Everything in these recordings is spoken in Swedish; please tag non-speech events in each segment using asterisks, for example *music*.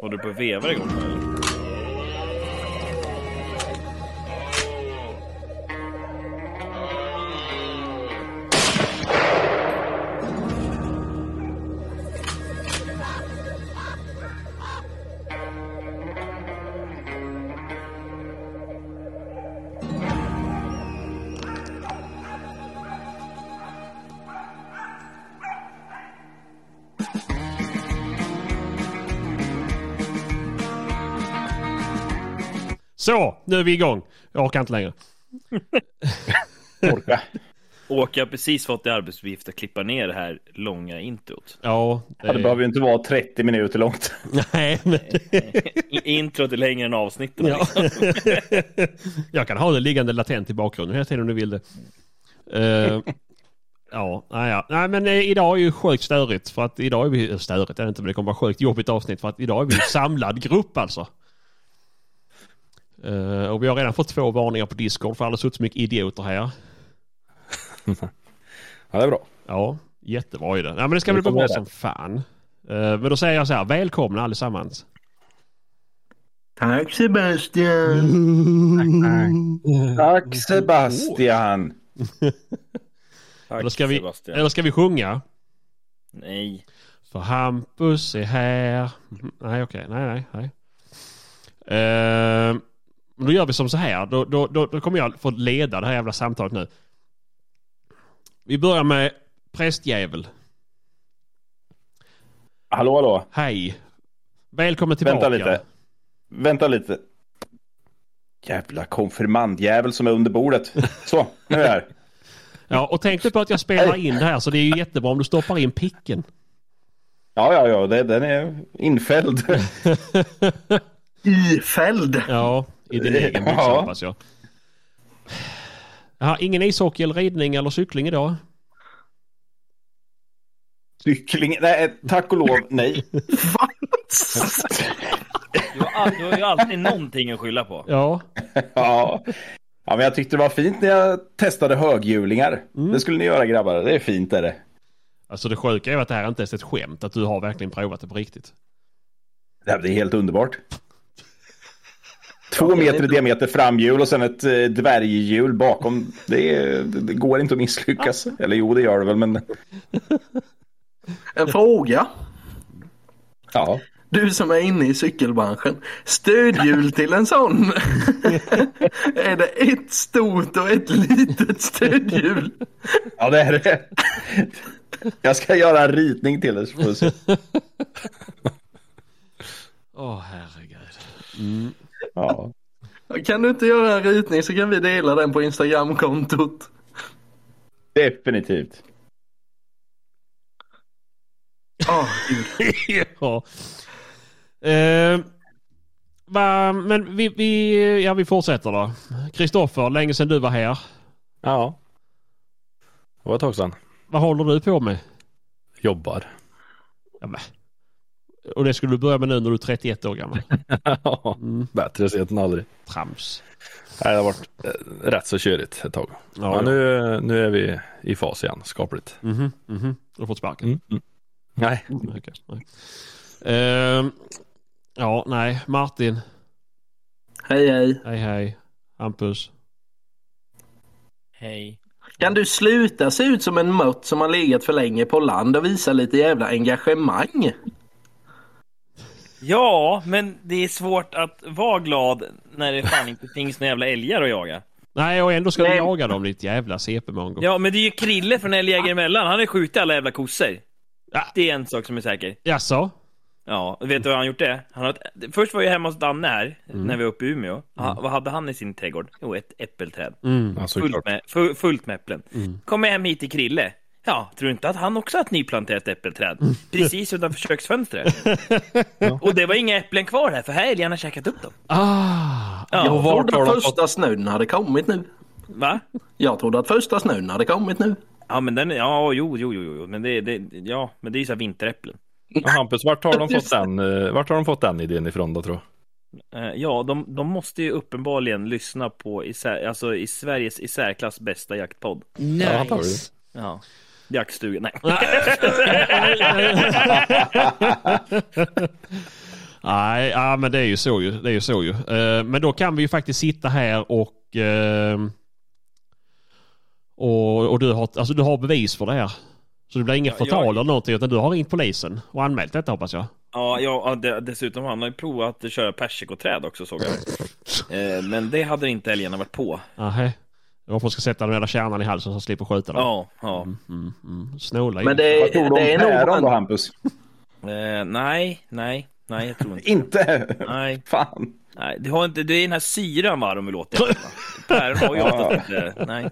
Håller du på och vevar igång nu, eller? Så, nu är vi igång. Jag orkar inte längre. Orka. Åke har precis fått i arbetsuppgift att klippa ner det här långa introt. *laughs* Ja, eh, Ja, *laughs* det behöver ju inte vara 30 minuter långt. *laughs* Nej, men... I- introt är längre än avsnitten. Ja. jag kan ha det liggande latent i bakgrunden hela tiden om du vill det. Eh, ja, nej, ja. nej, men eh, idag är ju sjukt störigt för att idag är vi, eh, störigt är det inte men det kommer vara sjukt jobbigt avsnitt för att idag är vi en samlad grupp alltså. Eh, och vi har redan fått två varningar på Discord för alla har suttit så mycket idioter här. Ja, det är bra. Ja, jättebra idé. Nej men det ska Det bli kommer bra det. som fan. Eh, men då säger jag så här, välkomna *laughs* allesammans. Tack Sebastian! Tack Sebastian. Tack, Eller ska vi- Sebastian. Eller ska vi sjunga? Nej. För Hampus är här. Mhm. Nej, okej. Nej, nej, nej. Ehm, då gör vi som så här. Då, då, då, då kommer jag få leda det här jävla samtalet nu. Vi börjar med prästjävel. Hallå, hallå. Hej. Välkommen tillbaka. Vänta lite. Vänta lite. Jävla konfirmandjävel som är under bordet. Så, nu är jag här. Ja, och tänk nu på att jag spelar in det här så det är ju jättebra om du stoppar in picken. Ja, ja, ja, det, den är infälld. Ifälld! Ja, i din egen byxa Ja. hoppas jag. Jaha, ingen ishockey eller ridning eller cykling idag? Cykling. Nej, eh, tack och lov, nej. Va? Du har, all, du har ju alltid någonting att skylla på. Ja. Ja. ja, men jag tyckte det var fint när jag testade höghjulingar. Det skulle ni göra grabbar. Det är fint är det. Alltså det sjuka är ju att det här inte ens är ett skämt, att du har verkligen provat det på riktigt. Det här blir helt underbart. Två meter i diameter framhjul och sen ett eh, dvärghjul bakom. Det, är, det, det går inte att misslyckas. Eller jo, det gör det väl, men En fråga. ja. Du som är inne i cykelbranschen. Stödhjul till *laughs* en sån. är det ett stort och ett litet stödhjul? Ja, det är det. *laughs* Jag ska göra en ritning till er så får vi se. Åh herregud. Mm. Ja. Kan du inte göra en ritning så kan vi dela den på Instagramkontot. Definitivt. Ja, gud. ja. Eh, va, men vi, vi, ja, vi fortsätter då. Kristoffer, länge sedan du var här. Ja. Det var ett tag sedan. Vad håller du på med? *laughs* Jobbar. Ja, men. Och det skulle du börja med nu när du är 31 år gammal. Mm. Bättre sent än aldrig. Trams. Nej, det har varit eh, rätt så körigt ett tag. Ja, Men nu, nu är vi i fas igen, skapligt. Mhm, mhm. Du har fått sparken. Mm. Nej, Okej, nej. Ehm, ja, nej. Martin, Hej hej. hej hej. Hampus. Hej. Kan du sluta se ut som en mört som har legat för länge på land och visa lite jävla engagemang? Ja, men det är svårt att vara glad när det fan inte finns några jävla älgar att jaga. Nej, och ändå ska du Nej. jaga dem ditt jävla CP-mongo. Ja, men det är ju Krille från Älgjägare emellan. Han har ju skjutit alla jävla kossor. Ja. Det är en sak som är säker. Jaså? Ja, och vet du hur han gjort det? Han har ett... Först var jag hemma hos Danne här, Mm. när vi var uppe i Umeå. Han, Vad hade han i sin trädgård? Jo, ett äppelträd. Mm. alltså, Fullt klart. med, fu- fullt med äpplen. Kommer hem hit till Krille. Ja, tror du inte att han också har ett nyplanterat äppelträd? Precis utanför köksfönstret. Och det var inga äpplen kvar här, för här har älgarna käkat upp dem. Ah! Ja, Jag vart har trodde de första snön hade kommit nu. Va? Jag trodde att första snön hade kommit nu. Ja, men den, ja, jo, jo, jo, jo. men det, det, ja, men det är ju så här vinteräpplen. Ja, Hampus, vart har, de fått den, eh, vart har de fått den idén ifrån då, tror Eh, Ja, de, de måste ju uppenbarligen lyssna på i, sär, alltså, i Sveriges i särklass bästa jaktpodd. jag? Ja, antagligen. Ja. *laughs* Jaktstugan, nej. Nej. Nej, ja, men det är ju så ju. Det är ju så ju. Eh, men då kan vi ju faktiskt sitta här och... eh, och, och du, har, alltså, du har bevis för det här. Så det blir inget Ja, förtal jag- eller någonting utan du har ringt polisen och anmält detta hoppas jag. Ja, ja ja, de- dessutom han har ju provat att köra persikoträd också såg jag. Eh, Men det hade inte älgarna varit på. Nähä. Det var för att ska sätta den jävla kärnan i halsen så han slipper skjuta den. Ja, ja. Mm, mm. Snåla Men ju. det, Vad tror du om det är nog... päron då han- Hampus? Eh, nej, nej, nej, jag tror inte. Inte? *laughs* Nej, Fan. nej. Det, har inte, det är den här syran va, de vill åt. jävlarna. Päron har ju oftast inte, nej.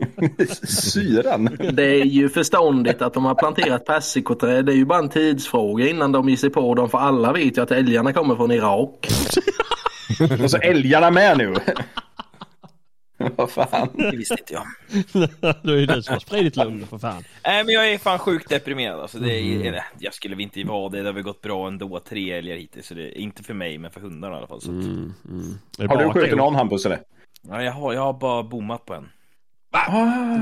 Syran. Det är ju förståndigt att de har planterat persikoträd. Det är ju bara en tidsfråga innan de ger sig på dem. För alla vet ju att älgarna kommer från Irak. Och så älgarna med nu. *laughs* Vad fan. Det visste inte jag. det är ju *laughs* du som har spridit lugn för fan. Nej, men jag är fan sjukt deprimerad. Alltså, det är, är det. Jag skulle väl inte vara det. Det har väl gått bra ändå. Tre älgar hittills. Så det, inte för mig, men för hundarna i alla fall. Så. att- Det är Har bara du att skjutit det- någon Hampus eller? Ja, jag, har, jag har bara bommat på en.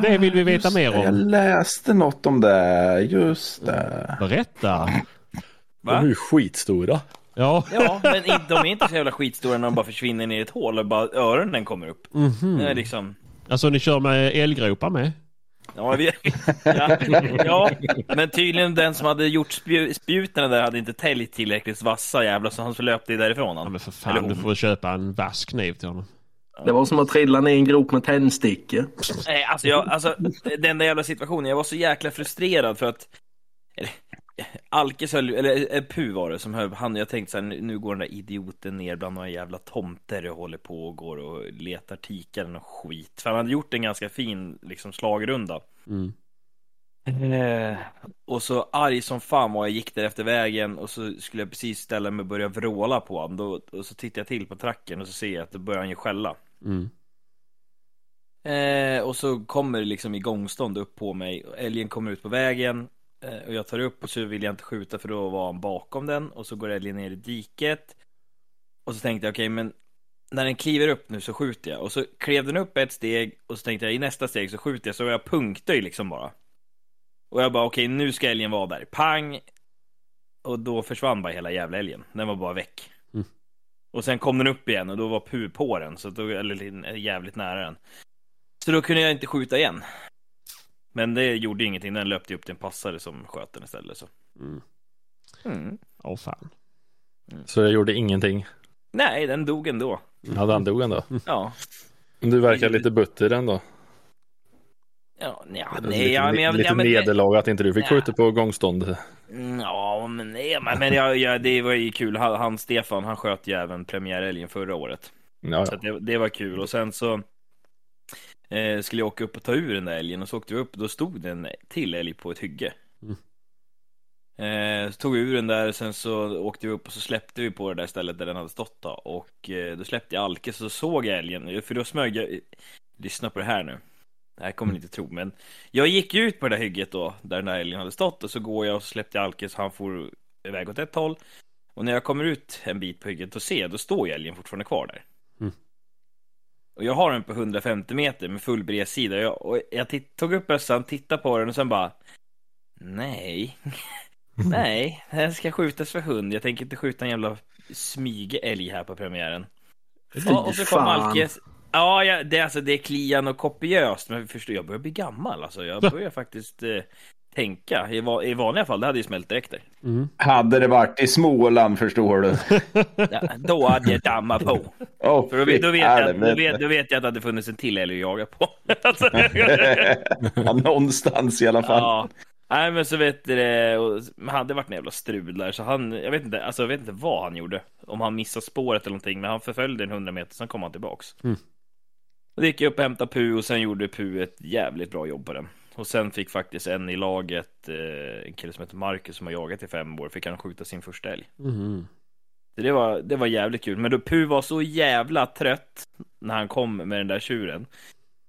Det vill vi veta Just mer det, Jag om. läste något om det. Just det. Berätta. De är Va? ju skitstora. Ja. Ja, men in- de är inte så jävla skitstora när de bara försvinner ner i ett hål och bara öronen kommer upp. Det är liksom... Alltså ni kör med elgropar med? Ja, vi... *laughs* ja, ja, men tydligen den som hade gjort spju- spjuten där hade inte täljt tillräckligt vassa jävlar så han löpte ju därifrån. Ja Han. men för fan Eller hon. du får väl köpa en vass kniv till honom. Det var som att trilla ner i en grop med tändstickor. Nej, alltså, jag, alltså den där jävla situationen, jag var så jäkla frustrerad för att eller, Alkes höll, eller eh, Pu var det som höll, han, jag tänkte så här, nu nu går den där idioten ner bland några jävla tomter och håller på och går och letar tikaren och skit. För han hade gjort en ganska fin liksom slagrunda. Mm. Eh, och så arg som fan var jag gick där efter vägen och så skulle jag precis ställa mig och börja vråla på honom. Då, och så tittar jag till på tracken och så ser jag att då börjar han ju skälla. Mm. Eh, och så kommer det liksom igångstånd upp på mig. Och Älgen kommer ut på vägen eh, och jag tar upp och så vill jag inte skjuta för då var han bakom den och så går älgen ner i diket. Och så tänkte jag okej men när den kliver upp nu så skjuter jag och så klev den upp ett steg och så tänkte jag i nästa steg så skjuter jag så jag punktar ju liksom bara. Och jag bara okej nu ska älgen vara där, pang! Och då försvann bara hela jävla älgen, den var bara väck. Mm. Och sen kom den upp igen och då var pu på den, så då, eller jävligt nära den. Så då kunde jag inte skjuta igen. Men det gjorde ingenting, den löpte ju upp till en passare som sköt den istället. Så. Mm. Mm. Åh fan. Så jag gjorde ingenting. Nej, den dog ändå. Mm. Ja, den dog ändå. Ja, Men Du verkar lite butter ändå. ja, nja, lite nej, ja, men jag, lite ja, men, nederlag att inte du fick skjuta på gångstånd. Ja, men nej, men, men jag, jag, det var ju kul. Han, han Stefan, han sköt ju även premiärälgen förra året. Ja, Så ja. att det, det var kul och sen så eh, skulle jag åka upp och ta ur den där älgen och så åkte vi upp då stod den till älg på ett hygge. Eh, så tog vi ur den där sen så åkte vi upp och så släppte vi på det där stället där den hade stått då och eh, då släppte jag Alke så såg jag älgen för då smög jag Lyssna på det här nu. Det här kommer ni inte tro men jag gick ju ut på det där hygget då där den där älgen hade stått och så går jag och så släppte jag Alke så han for iväg åt ett håll och när jag kommer ut en bit på hygget och ser då står ju älgen fortfarande kvar där. Och jag har den på 150 meter med full bredsida. Jag, och jag titt, tog upp bössan, tittade på den och sen bara Nej. *laughs* Nej, den ska skjutas för hund. Jag tänker inte skjuta en jävla smygälg här på premiären. Ja, och så kom fan. Alkes. Ja, jag, det, är alltså, det är klian och kopiöst. Men förstår, jag börjar bli gammal alltså. Jag börjar faktiskt eh, tänka. I, va, I vanliga fall, det hade ju smält direkt där. Hade det varit i Småland förstår du. Ja, då hade jag dammat på. Oh, För då, vet- då, vet jag, att- då, *laughs* vet, då vet jag att det hade funnits en till älg att jaga på. Alltså, ja, någonstans i alla fall. Ja. Nej men så vet du det, och men han- det vart en jävla strul där så han, jag vet inte, alltså jag vet inte vad han gjorde. Om han missade spåret eller någonting, men han förföljde en 100 meter, sen kom han tillbaks. Och då gick jag upp och hämtade Pu och sen gjorde Pu ett jävligt bra jobb på den. Och sen fick faktiskt en i laget, eh, en kille som heter Marcus som har jagat i fem år, fick han skjuta sin första älg. Mhm. Så Det var, det var jävligt kul, men då Pu var så jävla trött när han kom med den där tjuren.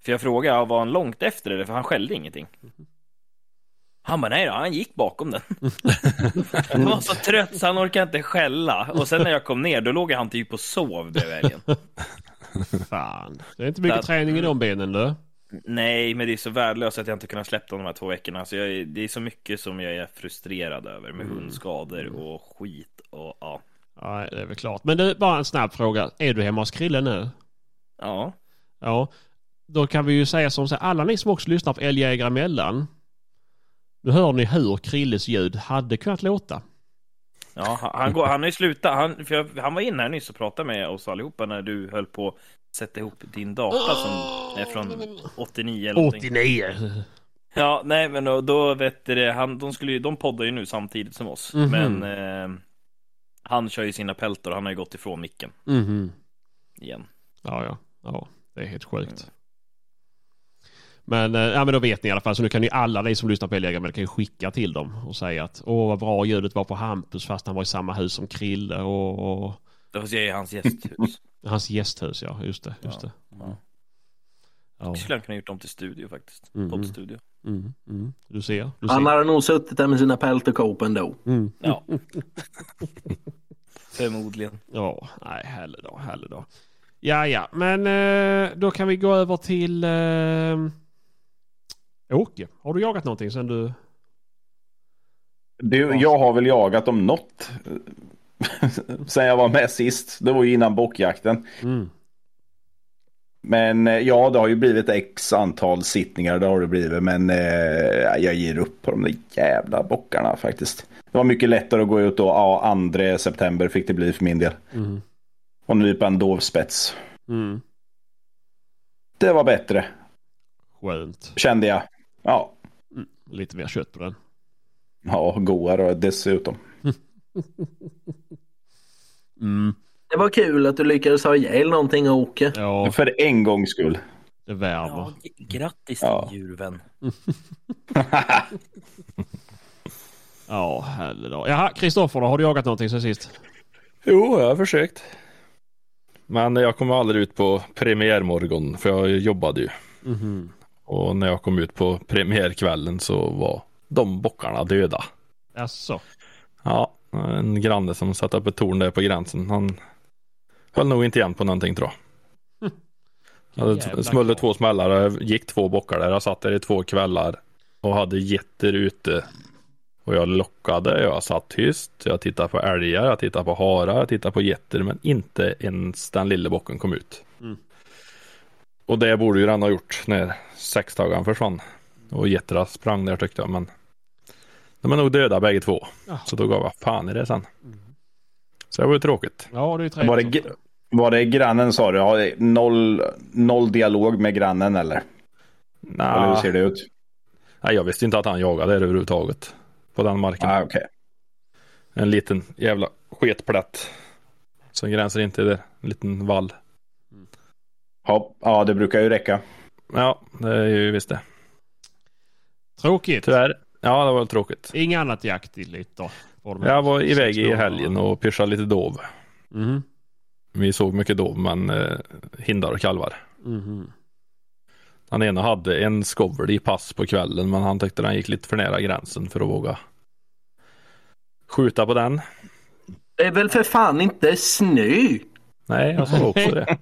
För jag frågade, var han långt efter det? För han skällde ingenting. Han bara, nej då, han gick bakom den. han var så trött så han orkade inte skälla. Och sen när jag kom ner, då låg han typ och sov bredvid älgen. Fan. Det är inte mycket Där- träning i de benen du. Nej, men det är så värdelöst att jag inte kunnat släppa honom de här två veckorna. Alltså jag, är- det är så mycket som jag är frustrerad över med hundskador och skit och ja. Nej, det är väl klart. Men du, bara en snabb fråga. Är du hemma hos Krille nu? Ja. Ja. Då kan vi ju säga som så här, alla ni som också lyssnar på Älgjägare emellan. Nu hör ni hur Krilles ljud hade kunnat låta. Ja, han- han, går, han har ju slutat. Han, för jag, han var inne här nyss och pratade med oss allihopa när du höll på att sätta ihop din data som är från 89 eller någonting. 89! Ja, nej men då, då vet du det, han, de, skulle, ju- de poddar ju nu samtidigt som oss. Mhm. Men eh, han kör ju sina peltor, han har ju gått ifrån micken Mhm. igen. Ja, ja. ja, det är helt Mm. sjukt. Men, eh, ja, men då vet ni i alla fall. Så nu kan ju alla ni som lyssnar på E Älgjägare emellan kan ju skicka till dem och säga att åh vad bra ljudet var på Hampus fast han var i samma hus som Krille och, och Det var i hans gästhus. hans gästhus. Ja, just det. Just Ja. det. Ja. Ja. Jag skulle ha kunnat gjort dem till studio faktiskt. Mhm. Poddstudio. Mm, mm. Du ser. Du Han ser. hade nog suttit där med sina pelterkåp ändå. Mm. Ja. Förmodligen. Ja, nej, härlig dag, härlig dag. Ja, ja, men eh, då kan vi gå över till eh, Åke. Har du jagat någonting sen du... Du, jag har väl jagat om något. *laughs* Sen jag var med sist. Det var ju innan bockjakten. Mm. Men eh, ja, det har ju blivit x antal sittningar. Det har det blivit. Men eh, jag ger upp på de där jävla bockarna faktiskt. Det var mycket lättare att gå ut då. Ja, 2 september fick det bli för min del. Mm. Och nypa en dovspets. Mm. Det var bättre, Skönt. kände jag. Ja, Mm. Lite mer kött på den. ja goare dessutom. Mm. Det var kul att du lyckades ha ihjäl någonting och åka. Ja, För en gångs skull. det värmer. Ja, g- grattis Ja. din djurvän. Ja, härlig dag. Jaha, Kristoffer då, har du jagat någonting sen sist? Jo, jag har försökt. Men jag kom aldrig ut på premiärmorgon för jag jobbade ju. Mhm. Och när jag kom ut på premiärkvällen så var de bockarna döda. Jaså? Ja, en granne som satt upp ett torn där på gränsen. Han höll nog inte igen på någonting tror jag. Hade Jävla t- smulle kvar. två smällar och gick två bockar där. Jag satt där i två kvällar och hade getter ute. Och jag lockade, jag satt tyst, jag tittade på älgar, jag tittade på harar, jag tittade på getter. Men inte ens den lille bocken kom ut. Mm. Och det borde ju den ha gjort när sextagaren försvann. Och getterna sprang där tyckte jag. Men de är nog döda bägge två. Ja. Så då gav jag fan i det sen. Mm. Så det var ju tråkigt. Ja, det är ju Var det, trevligt. gr- var det grannen sa du? Har det Noll, noll dialog med grannen eller? Eller hur Nah, ser det ut? nej, jag visste inte att han jagade där överhuvudtaget. På den marken. Ah, okej. En liten jävla sketplätt. Som gränsar inte där. En liten vall. Hopp. Ja, det brukar ju räcka. Ja, det är ju visst det. Tråkigt. Tyvärr. Ja, det var tråkigt. Inget annat jakt i lite då? på de här Jag var iväg sex i dagarna. helgen och pyschade lite dov. Mhm. Vi såg mycket dov, men eh, hindar och kalvar. Mhm. Den ena hade en skovel i pass på kvällen, men han tyckte den gick lite för nära gränsen för att våga skjuta på den. Det är väl för fan inte snö? Nej, jag sa också det.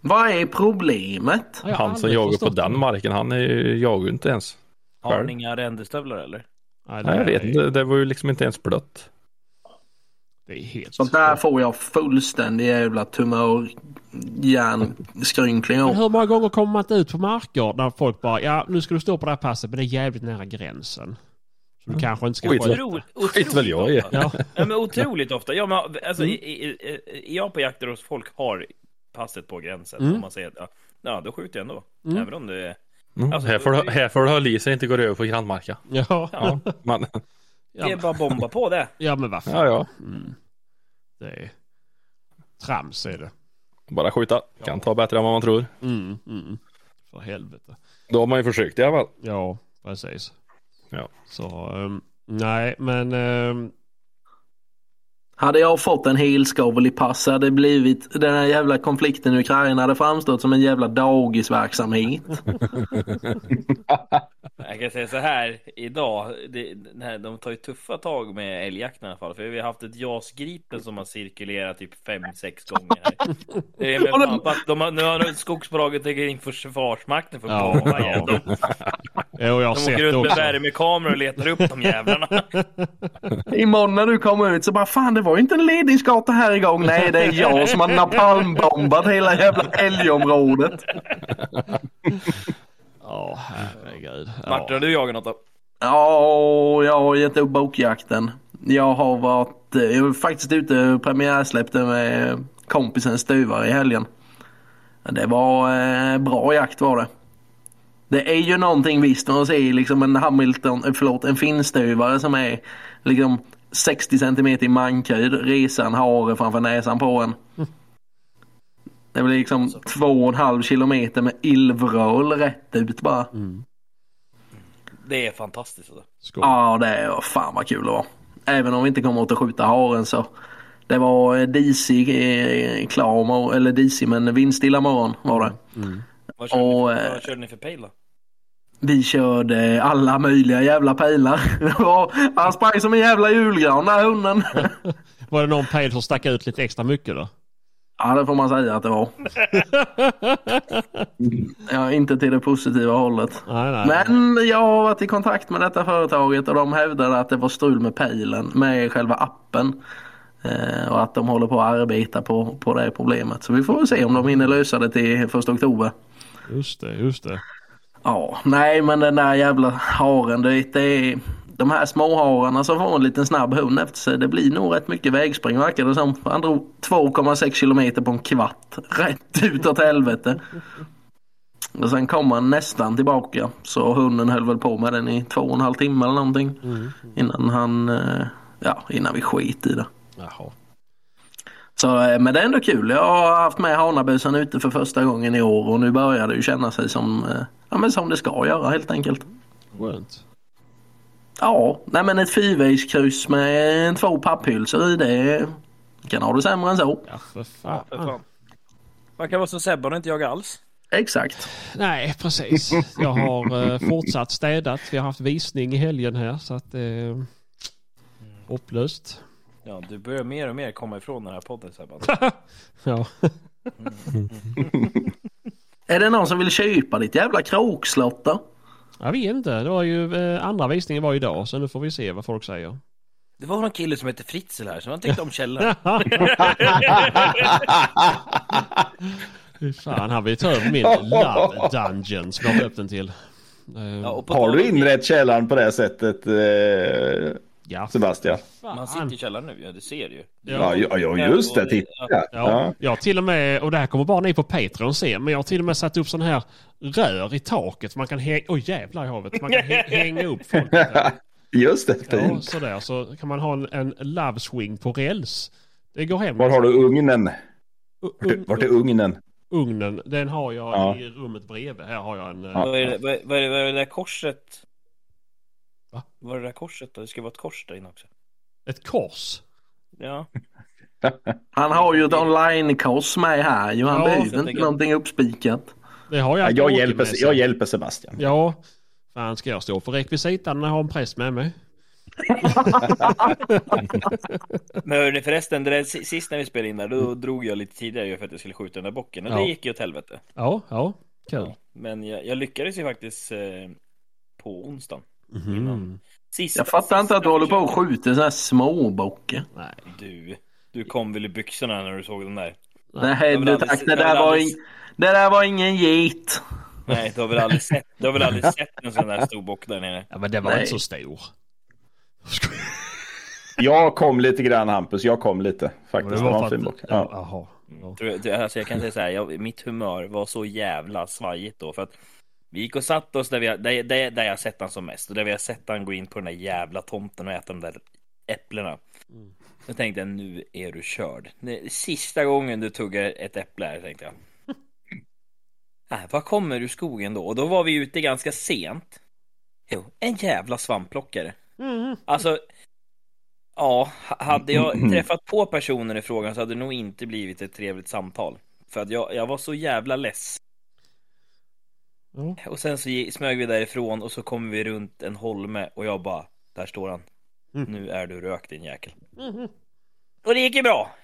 Vad är problemet? Ja, *laughs* jag har Han som aldrig jagar på förstått det. den marken, han är ju- jagar ju inte ens. Har ni inga arrendestövlar eller? Nej, det Nej, jag vet är- inte, det var ju liksom inte ens blött. Det är helt... Sånt där får jag fullständig jävla tumör hjärnskrynkling Men av. hur många gånger kommer man inte ut på marker när folk bara ja nu ska du stå på det här passet men det är jävligt nära gränsen. Så du Mm. kanske inte ska Skit väl. *laughs* skjuta. Skit väl jag i. Ja. Mm. Ja, men otroligt ofta. Ja, men, alltså, i, i, i, jag på jakter hos folk har passet på gränsen. Mm. Om man säger att ja, ja, då skjuter jag ändå. Mm. Även om det är... Mm. Alltså, här får det- du- här får du hålla i så det inte går över på grannmarken. Ja. Ja, men, Det är bara att bomba på det. ja men vad ja, fan. ja. Mm. Det är trams är det. Bara skjuta. Kan ta bättre än vad man tror. Mm, mm. För helvete. Då har man ju försökt i alla fall. Ja precis. Ja. Så ehm, nej men ehm, Hade jag fått en helskavel i pass hade det blivit den här jävla konflikten i Ukraina hade framstått som en jävla dagisverksamhet. Jag kan säga så här idag. Det, den här, de tar ju tuffa tag med älgjakten i alla fall. För vi har haft ett JAS Gripen som har cirkulerat typ fem sex gånger. Här. Det är med fan, på att de har, nu har skogsbolaget tagit in för Försvarsmakten för att Ja. bomba igen dem. Jo, jag har De sett åker det ut med också. värmekamera och letar upp de jävlarna. *laughs* Imorgon när du kommer ut så bara fan det var ju inte en ledningsgata här igång. Nej det är jag som har napalmbombat hela jävla älgområdet. Ja, herregud. Martin, har Ja. du jagat något då? Ja, jag har gett upp bokjakten. Jag har varit, eh, jag var faktiskt ute och premiärsläppte med kompisen Stuvare i helgen. Det var eh, bra jakt var det. Det är ju någonting visst man ser liksom en Hamilton, eh, förlåt en finstuvare som är liksom 60 cm i mankhöjd, resan hare framför näsan på en. Det blir liksom två och en halv kilometer med illvrål rätt ut bara. Det är fantastiskt. Alltså. Skål. Ja, det är fan vad kul det var. Även om vi inte kommer åt att skjuta haren så. Det var eh, disig eh, klar mor- eller disig men vindstilla morgon var det. Vad körde, ni Och, för, eh, vad körde ni för pejl då? Vi körde alla möjliga jävla pilar. *laughs* Det var- Han sprang som en jävla julgran den här hunden. *laughs* Var det någon pejl som stack ut lite extra mycket då? Ja, det får man säga att det var. Ja, inte till det positiva hållet. Nej, nej. Men jag har varit i kontakt med detta företaget och de hävdade att det var strul med pejlen, med själva appen. Eh, och att de håller på att arbeta på, på det problemet. Så vi får väl se om de hinner lösa det till första oktober. Just det, just det. Ja, nej men den där jävla haren, du vet, det är de här småhararna som får en liten snabb hund efter sig. Det blir nog rätt mycket vägspring verkar det som. Han drog 2,6 kilometer på en kvart. *laughs* Rätt utåt helvete. Och sen kom han nästan tillbaka. Så hunden höll väl på med den i två och en halv timme eller någonting. Innan han, eh, ja innan vi skit i det. Jaha. Så, eh, men det är ändå kul. Jag har haft med hanabusen ute för första gången i år och nu börjar det ju känna sig som, eh, ja, men som det ska göra helt enkelt. Skönt. Ja, nej men ett fyrvägskryss med två papphylsor i det kan ha det sämre än så. Ja, för fan. Man kan vara som Sebban och inte jaga alls. Exakt. Nej, precis. Jag har eh, fortsatt städat. Vi har haft visning i helgen här så att... Eh, hopplöst. Ja, du börjar mer och mer komma ifrån den här podden alltså. Sebban. Ja. Är det någon som vill köpa ditt jävla krokslott då? Jag vet inte. Det var ju, eh, andra visningen var idag så nu får vi se vad folk säger. *laughs* Det var någon kille som hette Fritzl här som han tyckte om källaren. Fy Fan, han vill ta över min Love Dungeon som jag har döpt den till. Eh, Ja, och på Har tal du om- inrett källaren på det här sättet eh, ja, Sebastian? Man fan. sitter i källaren nu, ja, du ser ju. Ja, ja, ja just det. Titta. Ja. Ja, jag har till och med, och det här kommer bara ni på Patreon se, men jag har till och med satt upp sån här rör i taket. Man kan hänga, oj jävlar i havet, man kan hä- hänga upp *laughs* folk. där. Just det, Ja, fint. sådär, så kan man ha en, en love swing på räls. Det går hem. Var har du ugnen? U- Du, ugn- Vart är ugnen? Ugnen, den har jag Ja. i rummet bredvid. Här har jag en... eh, Vad är det, vad, vad är det, vad är det där korset? Va? Vad är det där korset då? Det ska vara ett kors där inne också. Ett kors. Ja, Han har ju ett online-kors med här ju. Han Ja, jag behöver inte tänker- någonting uppspikat. Det har Ja, jag. jag, alltid hjälper, med sig. jag hjälper Sebastian. Ja, fan ska jag stå för rekvisitan när jag har en präst med mig? Men hörni förresten, det där, si- sist när vi spelade in där, då drog jag lite tidigare ju för att jag skulle skjuta den där bocken och Ja. det gick ju åt helvete. Ja, ja, kul. Ja. Men jag, jag lyckades ju faktiskt eh, på onsdagen. Mhm. Sista, Jag fattar inte att du håller på och försöket- skjuter sådana här småbockar. Nej. Du, du kom väl i byxorna när du såg den där? Nej, Jag vill du aldrig tack. se- Det jag vill där var, aldrig in... se- det där var ingen get. Nej, du har väl aldrig sett, du har väl *laughs* aldrig sett en sån där stor bock där nere? Ja, men den var Nej. inte så stor. Jag kom lite grann Hampus, jag kom lite Men faktiskt. Det var en för fin att- bock. Ja, Ja. Jaha. Ja. Tror jag, alltså jag kan säga så här, jag, mitt humör var så jävla svajigt då för att vi gick och satt oss där, vi, där, där, där jag sett han som mest och där vi har sett han gå in på den där jävla tomten och äta de där äpplena. Då tänkte jag nu är du körd. Det är Sista gången du tuggar ett äpple här tänkte jag. Äh, vad kommer ur skogen då? Och då var vi ute ganska sent. Jo, en jävla svampplockare. Mhm. Alltså, ja, ha- hade jag träffat på personer i frågan så hade det nog inte blivit ett trevligt samtal. För att jag, jag var så jävla less. Ja. Och sen så ge- smög vi därifrån och så kom vi runt en holme och jag bara, där står han. Nu är du rökt din jäkel. Och det gick ju bra.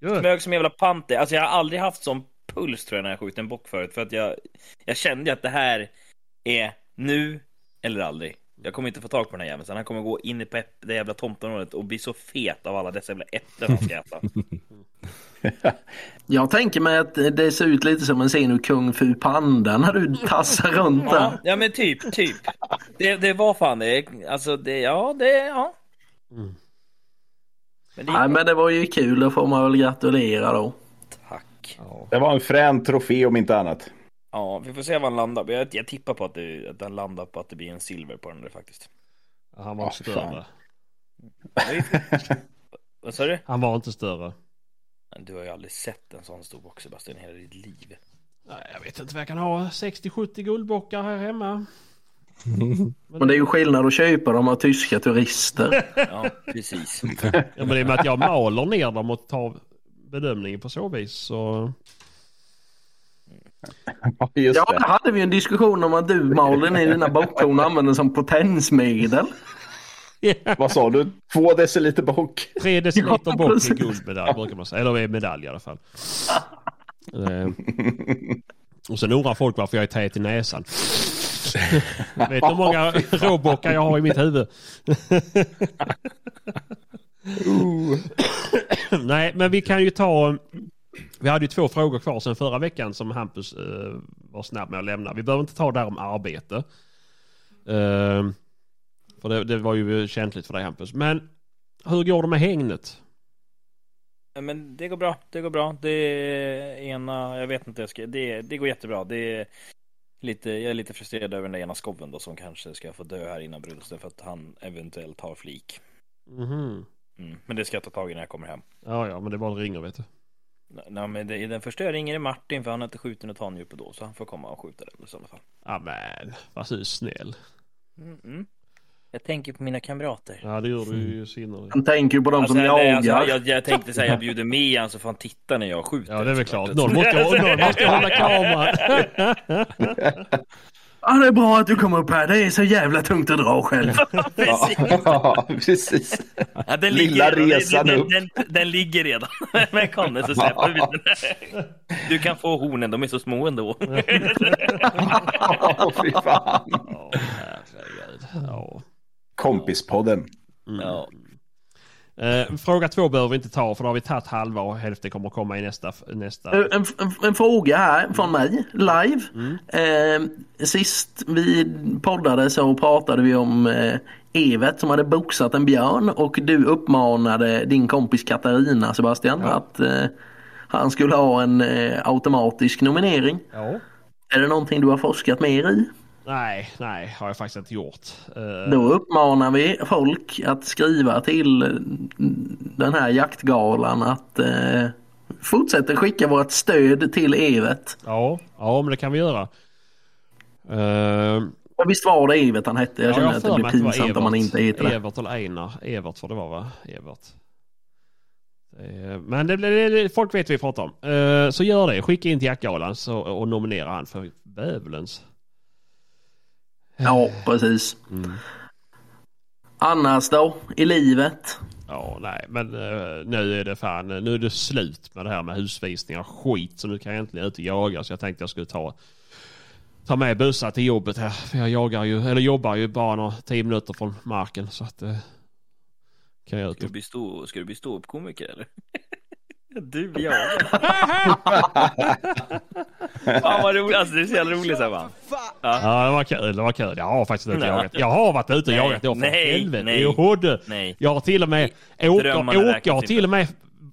Gött. Smög som en jävla panter. Alltså jag har aldrig haft sån puls tror jag när jag skjutit en bock förut. För att jag, jag kände ju att det här är nu eller aldrig. Jag kommer inte få tag på den här jäveln. sen. Han kommer gå in i pepp, det jävla tomteområdet och bli så fet av alla dessa jävla äpplen han ska äta. Jag tänker mig att det ser ut lite som en scen ur Kung Fu Panda när *laughs* du tassar runt Ja, där. ja men typ, typ. Det, det var fan det. Alltså det, ja det, ja. Mm. Men det, Nej men det var ju kul, det får man väl gratulera då. Tack. Det var en frän trofé om inte annat. *laughs* Ja, vi får se vad han landar på. Jag, jag tippar på att, det, att han landar på att det blir en silver på den där faktiskt. Han var Ja, inte större. fan. Vad sa du? Han var inte större. Du har ju aldrig sett en sån stor box Sebastian i hela ditt liv. Nej, jag vet inte vad jag kan ha. 60-70 guldbockar här hemma. Men det är ju skillnad att köpa de här tyska turister. Ja, precis. Ja, men i och med att jag maler ner dem och tar bedömningen på så vis så... Ja, Just Ja, det. det hade vi ju en diskussion om att du malde ner dina bockhorn och använde som potensmedel. Vad sa du? Två deciliter *laughs* bock? Tre deciliter Ja, bock precis. med guldmedalj brukar man säga. Eller med medalj i alla fall. Eh, och sen undrar folk varför jag är tät i näsan. *laughs* vet du hur *laughs* många råbockar jag har i mitt huvud? Uh. Nej, men vi kan ju ta... Vi hade ju två frågor kvar sen förra veckan som Hampus eh, var snabb med att lämna. Vi behöver inte ta där om arbete. Eh, för det, det var ju känsligt för dig Hampus. Men hur går det med hängnet? Ja, Men det går bra, det går bra. Det ena, jag vet inte, jag ska, det, det går jättebra. Det är lite, jag är lite frustrerad över den där ena skobben då som kanske ska få dö här innan brunsten för att han eventuellt har flik. Mhm. Mm. Men det ska jag ta tag i när jag kommer hem. Ja, ja, men det bara ringer vet du. Nej, men det, den första jag ringer är Martin för han har inte skjutit något handdjup då så han får komma och skjuta den i sådana fall. Ja, men vad så snäll. Mm, mm. Jag tänker på mina kamrater. Mm. Ja, det gör du ju synnerligen. Han tänker ju på de Alltså, som nej, alltså, jagar. jag, jag tänkte säga jag bjuder med han så får han titta när jag skjuter. Ja, det är väl klart. såklart. Någon måste, någon *laughs* måste hålla kameran. Ja, det är bra att du kom upp här. Det är så jävla tungt att *laughs* dra själv. Precis. Ja, *laughs* precis. Ja, den Lilla ligger redan. Den- resan den, upp. Den, den, den ligger redan. *laughs* Men kom nu så släpper vi den. Du kan få hornen, de är så små ändå. Mm. Ja, fy fan. Ja, herregud. *laughs* Ja. Kompispodden. Mm. Ja. Eh, fråga två behöver vi inte ta för då har vi tagit halva och hälften kommer komma i nästa. nästa. En, en, en fråga här från mig, live. Mm. Eh, sist vi poddade så pratade vi om eh, Evert som hade boxat en björn och du uppmanade din kompis Katarina, Sebastian, att eh, han skulle ha en eh, automatisk nominering. Ja. Är det någonting du har forskat mer i? Nej, nej, har jag faktiskt inte gjort. Eh, Då uppmanar vi folk att skriva till eh, den här jaktgalan att eh, fortsätta skicka vårt stöd till Evert. ja, ja, men det kan vi göra. Eh, Ja, visst var det Evert han hette? Jag Ja, känner har att för det blir mig var pinsamt om man inte heter det. Evert eller Einar. Evert får det vara va? Evert. Eh, Men det, det, det, folk vet vad vi pratar om. Eh, Så gör det. Skicka in till Jack Garland så- och nominera han för bävelens. Ja, precis. Annars då, i livet? Ja, nej, men eh, nu är det fan, nu är det slut med det här med husvisningar och skit. Så nu kan jag äntligen ut och jaga. Så jag tänkte jag skulle ta, ta med bussar till jobbet här. För jag jagar ju, eller jobbar ju bara några tio minuter från marken. Så att eh, kan jag ut Ska och du bli, stå, ska du bli ståuppkomiker eller? *laughs* Du, jag. Fan vad roligt, alltså du är så jävla rolig Sebban. Ja, det var kul. Det var kul. Jag har faktiskt inte Nej. jagat. Jag har varit ute och Nej, jagat. Jag för nej, helvete. nej, Jo, du. nej. Jag har till och med... Åke Drömmarna Åke räknas har inte. till och med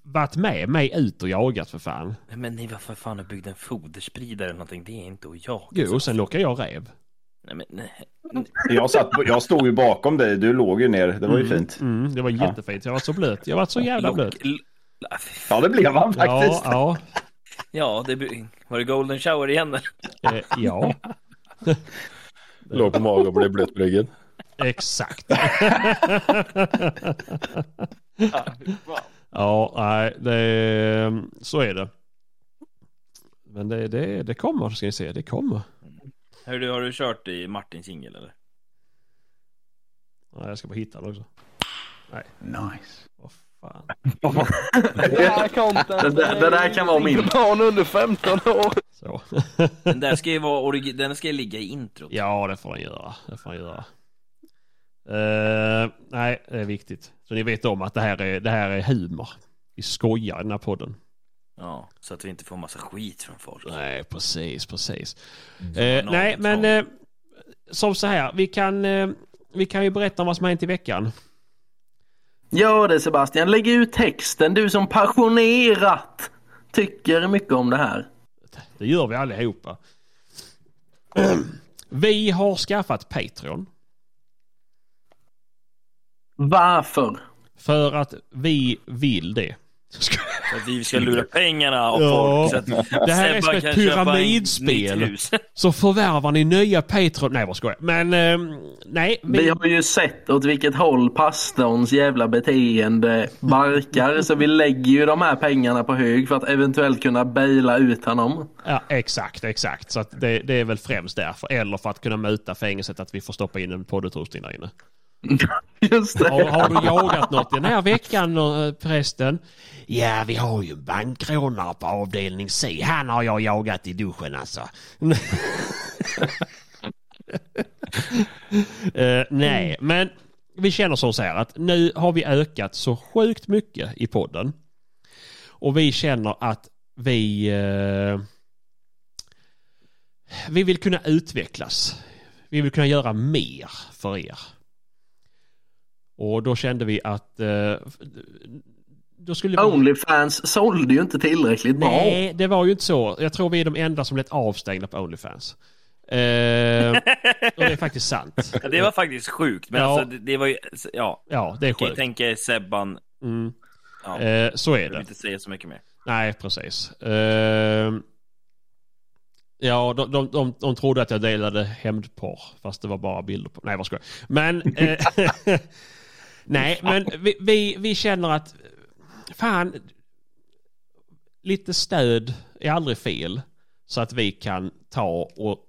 varit med mig ut och jagat för fan. Nej, Men ni varför fan har byggt en foderspridare eller någonting? Det är inte att jag. Jo, och sen lockar jag rev. Nej, men, nej. Jag, satt, jag stod ju bakom dig. Du låg ju ner. Det var ju fint. Mm, det var jättefint. Jag var så blöt. Jag var så *laughs* jävla blöt. Lock- l- Ah, fy fan. Ja, det blev han Ja, faktiskt. ja. Ja, det blir- var det golden shower igen eller? Eh, ja, Låg på magen och blev blöt på ryggen. *laughs* exakt. *laughs* Ja, nej, det, så är det. Men det, det, det kommer, ska ni se. Det kommer. Hur, du- har du kört i Martins jingel eller? Nej, jag ska bara hitta den också. Nej. Nice. Vad fan. Den här content Det där- det där kan vara min. Barn under 15 år. Så. *laughs* Den där ska ju vara origi- den ska ju ligga i introt. Ja, det får han göra. Det får han göra. Eh, nej, det är viktigt. Så ni vet om att det här är, det här är humor. Vi skojar i den här podden. Ja, så att vi inte får massa skit från folk. Nej, precis, precis. Mm. Eh, nej, men eh, som så här, vi kan, eh, vi kan ju berätta om vad som har hänt i veckan. Gör det Sebastian, lägg ut texten. Du som passionerat tycker mycket om det här. Det gör vi allihopa. *clears throat* Vi har skaffat Patreon Varför? för att vi vill det. *laughs* Så att vi ska lura pengarna av Ja. folk. Så att Det här är Sebba som ett kan köpa en pyramidspel. nytt hus. Så förvärvar ni nya Patreon... Nej, vad skojar jag. Men eh, nej, Vi vi... har ju sett åt vilket håll pastorns jävla beteende barkar så vi lägger ju de här pengarna på hög för att eventuellt kunna baila ut honom. Ja, exakt, exakt. Så att det, det är väl främst därför. Eller för att kunna möta fängelset att vi får stoppa in en poddutrustning där inne. Just Har, det. har du jagat något den här veckan eh, förresten? Ja, vi har ju en bankrånare på avdelning C. Han har jag jagat i duschen alltså. *laughs* Eh, nej, men vi känner som så här att nu har vi ökat så sjukt mycket i podden. Och vi känner att vi... eh, vi vill kunna utvecklas. Vi vill kunna göra mer för er. Och då kände vi att... eh, då skulle vi... Onlyfans sålde ju inte tillräckligt bra. Nej, det var ju inte så. Jag tror vi är de enda som blivit avstängda på Onlyfans. Eh, och det är faktiskt sant. Ja, Det var faktiskt sjukt. Men Ja. alltså, det, det var ju, ja. Ja, det är Kan ju sjukt. tänka er Sebban. Mm. Ja, jag Eh, så är vill det. inte säga så mycket mer. Nej, precis. Ehm, ja, de, de, de, de trodde att jag delade hämndporr, fast det var bara bilder på... Nej, vad ska jag? Men... eh, *laughs* nej, men vi, vi, vi känner att... Fan, lite stöd är aldrig fel. Så att vi kan ta och...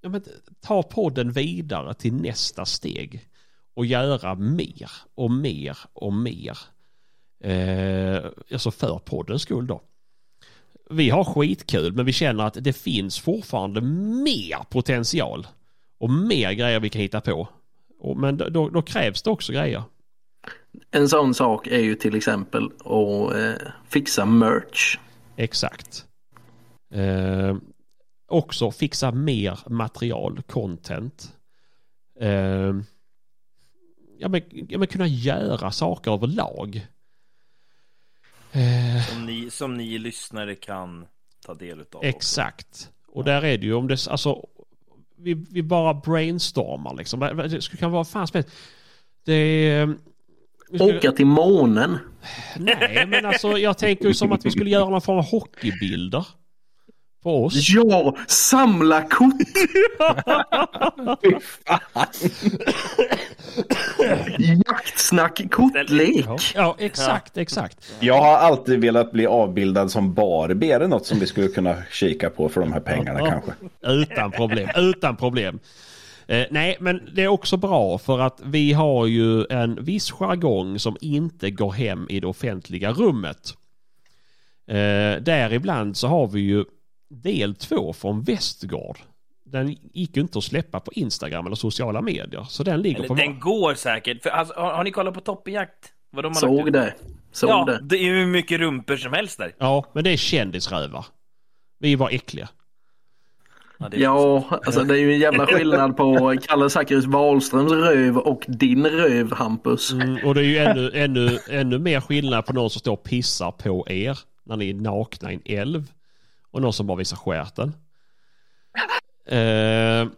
Ja, men, ta podden vidare till nästa steg. Och göra mer och mer och mer. Eh, alltså för poddens skull då. Vi har skitkul men vi känner att det finns fortfarande mer potential. Och mer grejer vi kan hitta på. Och, men då, då, då krävs det också grejer. En sån sak är ju till exempel att eh, fixa merch. Exakt. Eh, också fixa mer material, content. Eh, ja, men, ja men kunna göra saker överlag. Eh, Som ni, som ni lyssnare kan ta del utav. Exakt. Och där är det ju om det, alltså, vi, vi bara brainstormar liksom. Det skulle kunna vara fan som helst. Det är... vi skulle- Åka till månen. Nej, men alltså jag tänker ju som att vi skulle göra någon form av hockeybilder. På oss. Ja, *laughs* samla kort. Jaktsnack kortlek. Ja, exakt, exakt. Jag har alltid velat bli avbildad som Barbie. Är det något som vi skulle kunna kika på för de här pengarna kanske? Utan problem, utan problem. Eh, nej, men det är också bra för att vi har ju en viss jargong som inte går hem i det offentliga rummet. Eh, däribland så har vi ju del två från Västgård. Den gick ju inte att släppa på Instagram eller sociala medier. Så den ligger på... Eller, den går säkert. För, alltså, har, har ni kollat på Toppenjakt? Vad de har lagt Såg ut? det. Såg Ja, det. det är ju hur mycket rumpor som helst där. Ja, men det är kändisrövar. Vi var äckliga. Ja, det är- Ja, alltså det är ju en jävla *laughs* skillnad på Kalle Zackarius Wahlströms röv och din röv Hampus. Mm, och det är ju ännu, ännu, ännu mer skillnad på någon som står och pissar på er när ni är nakna i en älv och någon som bara visar stjärten. Eh,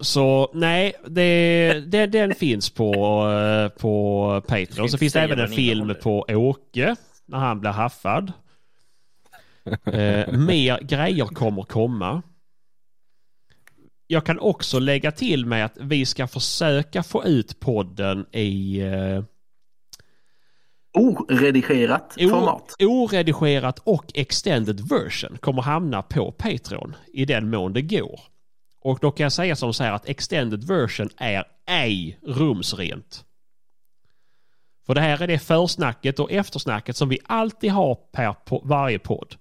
så nej, det, det, den finns på, eh, på Patreon. inte Så finns det säga även vad en den film innehåller. på Åke när han blir haffad. Eh, mer grejer kommer komma. Jag kan också lägga till med att vi ska försöka få ut podden i eh, Oredigerat O- format. Oredigerat och extended version kommer hamna på Patreon i den mån det går. Och då kan jag säga som så här att extended version är ej rumsrent. För det här är det försnacket och eftersnacket som vi alltid har per på varje podd.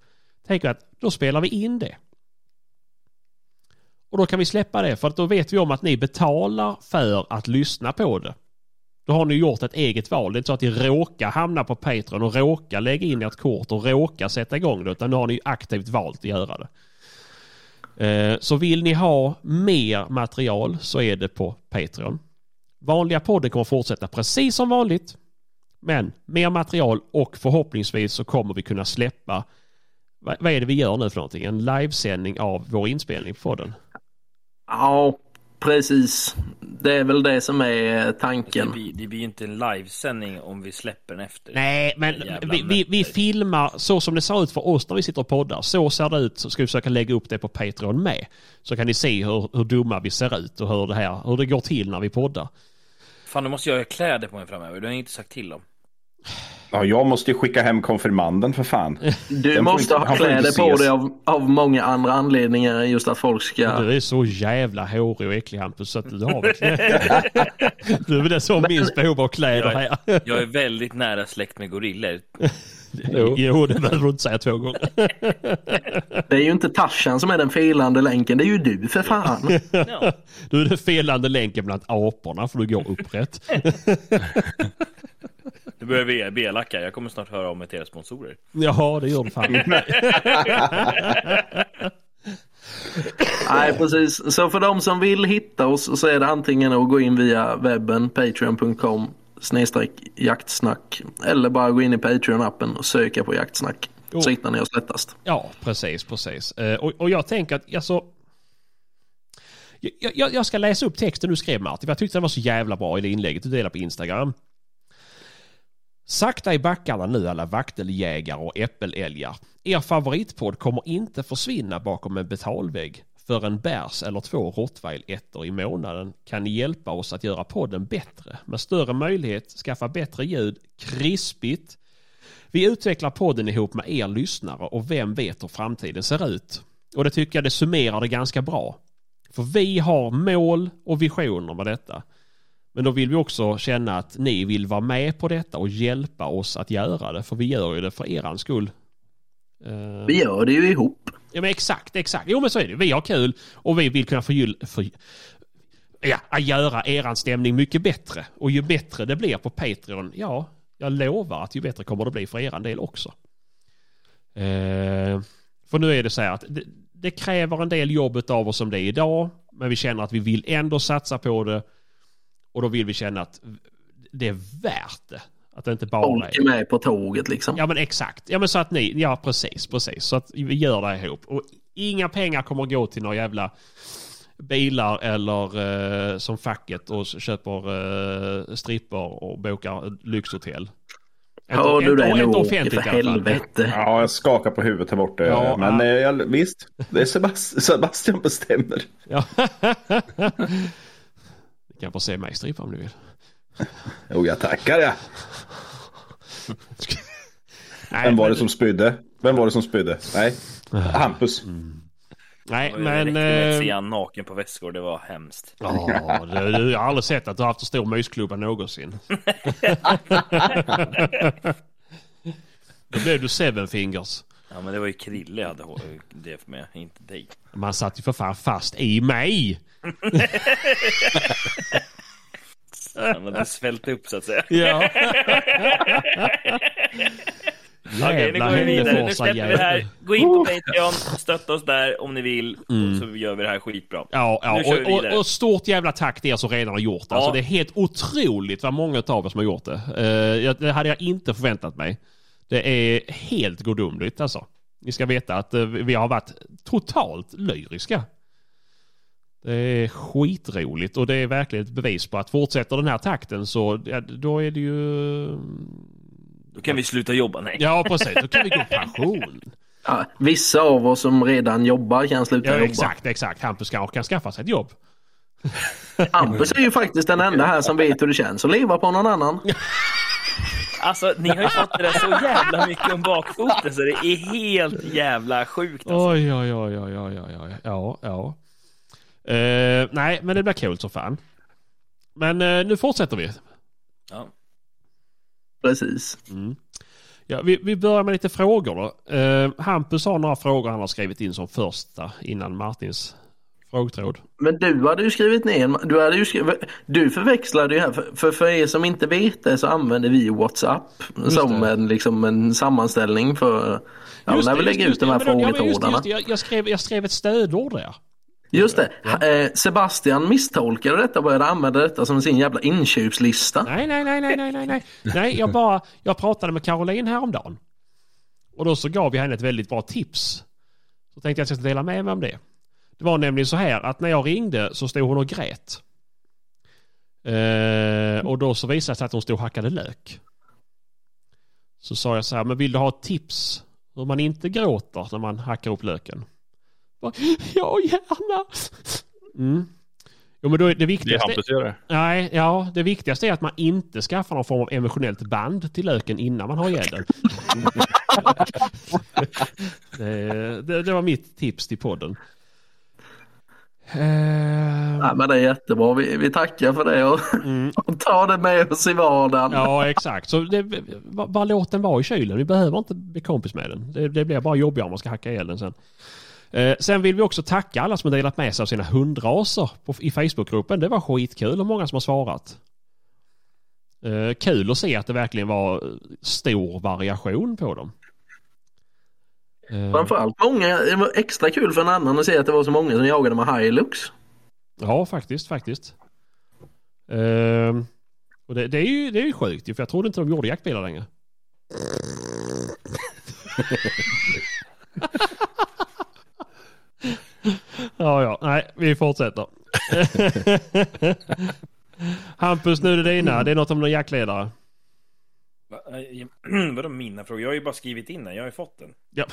Tänk att då spelar vi in det. Och då kan vi släppa det för att då vet vi om att ni betalar för att lyssna på det. Då har ni gjort ett eget val. Det är inte så att ni råkar hamna på Patreon och råkar lägga in ert kort och råkar sätta igång det. Utan nu har ni ju aktivt valt att göra det. Eh, Så vill ni ha mer material så är det på Patreon. Vanliga podden kommer fortsätta precis som vanligt. Men mer material och förhoppningsvis så kommer vi kunna släppa vad vad är det vi gör nu för någonting? En livesändning av vår inspelning på podden. Ja, precis. Det är väl det som är Det tanken. blir, det blir ju inte en livesändning om vi släpper den efter. Nej, men Jävla vi, vi, vi nötter. filmar så som det ser ut för oss när vi sitter och poddar. Så ser det ut så ska vi försöka lägga upp det på Patreon med. Så kan ni se hur, hur dumma vi ser ut och hur det, här, hur det går till när vi poddar. Fan, då måste jag ha kläder på mig framöver. Det har jag inte sagt till om. Ja, jag måste ju skicka hem konfirmanden för fan. Du Den får måste inte- ha han får inte kläder på ses. dig av, av många andra anledningar än just att folk ska... Mm. Du är så jävla hårig och äcklig Hampus så att du har verkligen... *laughs* du är den som minst behov av kläder här. *laughs* Jag är väldigt nära släkt med gorillor. jo. det behöver du inte säga två gånger. Det är ju inte Tarzan som är den felande länken, det är ju du för fan. Ja. Du är den felande länken bland aporna för du går upprätt. Nu börjar vi bli elaka. Jag kommer snart höra om mig till era sponsorer. Jaha, det gör du fan. Nej, precis. Så för de som vill hitta oss så är det antingen att gå in via webben, patreon.com snedstreck jaktsnack eller bara gå in i Patreon-appen och söka på jaktsnack. Så Jo. hittar ni oss lättast. Ja, precis, precis. Eh, och, och jag tänker att, alltså... Jag, jag, jag ska läsa upp texten du skrev Martin, för jag tyckte den var så jävla bra i det inlägget du delade på Instagram. Sakta i backarna nu alla vakteljägare och äppelälgar. Er favoritpodd kommer inte försvinna bakom en betalvägg. För en bärs eller två rottweil ettor i månaden kan ni hjälpa oss att göra podden bättre. Med större möjlighet, skaffa bättre ljud, krispigt vi utvecklar podden ihop med er lyssnare och vem vet hur framtiden ser ut. Och det tycker jag det summerar det ganska bra. För vi har mål och visioner med detta. Men då vill vi också känna att ni vill vara med på detta och hjälpa oss att göra det. För vi gör ju det för er skull. Eh, Vi gör det ju ihop. Ja men exakt, exakt. Jo men så är det. Vi har kul och vi vill kunna förgylla... För, ja, att göra eran stämning mycket bättre. Och ju bättre det blir på Patreon, ja, jag lovar att ju bättre kommer det bli för eran del också. Eh, för nu är det så här att det, det kräver en del jobb av oss som det är idag. Men vi känner att vi vill ändå satsa på det. Och då vill vi känna att det är värt det. Att det inte bara är... Folk är med på tåget liksom. Ja men exakt. Ja men så att ni, ja precis, precis. Så att vi gör det ihop. Och inga pengar kommer gå till några jävla bilar eller eh, som facket och köper eh, strippor och bokar lyxhotell. Hör du det nu Inte Åke, offentligt för i alla fall. helvete. Ja, jag skakar på huvudet här borta. Ja, men ja. eh, jag, visst, det är Sebastian, Sebastian bestämmer. Ja. *laughs* Ni kan få se mig strippa om ni vill. Jo, jag tackar jag. Nej, Vem var men- det som spydde? Vem var det som spydde? Nej, Hampus. Nej, Men... men... Jag eh, se han naken på väskor. Det var hemskt. Ja, du, du, jag har aldrig sett att du har haft en stor mysklubba någonsin. Då blev du seven fingers. Ja, men det var ju Krille jag hade hå- det med, inte dig. Man satt ju för fan fast i mig. Han hade svällt upp så att säga. Ja. Okej, nu Jävla går vi vidare. Nu släpper vi det Hälleforsajävel. här. Gå in på Patreon, stötta oss där om ni vill. Så gör vi det här skitbra. Mm. Ja, ja Nu kör vi och, vidare. och, och stort jävla tack till er som redan har gjort det. Alltså, Ja. det är helt otroligt vad många av er som har gjort det. Eh, jag, det hade jag inte förväntat mig. Det är helt gudomligt alltså. Ni ska veta att eh, vi har varit totalt lyriska. Det är skitroligt och det är verkligen ett bevis på att fortsätter den här takten så ja, då är det ju Då kan vi sluta jobba. Nej. Ja, precis. Då kan vi gå i *laughs* pension. Ja, vissa av oss som redan jobbar kan sluta Ja, jobba. exakt, exakt. Hampus kan, kan skaffa sig ett jobb. Hampus är ju faktiskt den enda här som vet hur det känns att leva på någon annan. Alltså, ni har ju fått det där så jävla mycket om bakfoten så det är helt jävla sjukt. Alltså. Oj, oj, oj, oj, oj, oj, oj. Ja, ja. Eh, nej, men det blir kul som fan. Men eh, nu fortsätter vi. Ja. Precis. Ja, vi. Vi börjar med lite frågor då. Eh, Hampus har några frågor han har skrivit in som första innan Martins Frågtråd. Men du hade ju skrivit ner en- du, hade ju skrivit, du förväxlade ju här, för, för, för er som inte vet det så använder vi WhatsApp som det. en, liksom en sammanställning för ja, när vi lägger ut de här ja, men- ja, men just det, just det, frågetrådarna. Jag, jag, skrev, jag skrev ett stödord där. Just det, Eh, Sebastian misstolkade detta och började använda detta som sin jävla inköpslista. Nej, nej, nej, nej, nej, nej, nej. Nej, jag bara, jag pratade med Caroline häromdagen. Och då så gav jag henne ett väldigt bra tips. Så tänkte jag att jag ska dela med mig om det. Det var nämligen så här att när jag ringde så stod hon och grät. Eh, och då så visade det sig att hon stod och hackade lök. Så sa jag så här, men vill du ha ett tips? Hur man inte gråter när man hackar upp löken. Bara, *laughs* Ja, gärna. Mm. Jo, men då är det Det är viktigaste... Hampus gör det. Nej, ja, det viktigaste är att man inte skaffar någon form av emotionellt band till löken innan man har ihjäl den. det, det, det var mitt tips till podden. Eh, Nej, men det är jättebra, vi, vi tackar för det och, *laughs* och tar det med oss i vardagen. Mm. ja, exakt. Så det, b- bara låt den vara i kylen. Vi behöver inte bli kompis med den. Det, det blir bara jobbigare om man ska hacka ihjäl den sen. Eh, sen vill vi också tacka alla som har delat med sig av sina hundraser på, i Facebookgruppen. Det var skitkul och många som har svarat. Eh, kul att se att det verkligen var eh, stor variation på dem. Eh, Framförallt många, det var extra kul för en annan att se att det var så många som jagade med Hilux. ja, faktiskt, faktiskt. Eh, och det, det, är ju, det är ju sjukt ju, för jag trodde inte de gjorde jaktbilar längre. *laughs* ja, ja, nej, vi fortsätter. *laughs* Hampus, nu är det dina. Det är något om någon jaktledare. Va- eh, *clears throat* Vadå mina frågor? Jag har ju bara skrivit in den, jag har ju fått den. Ja,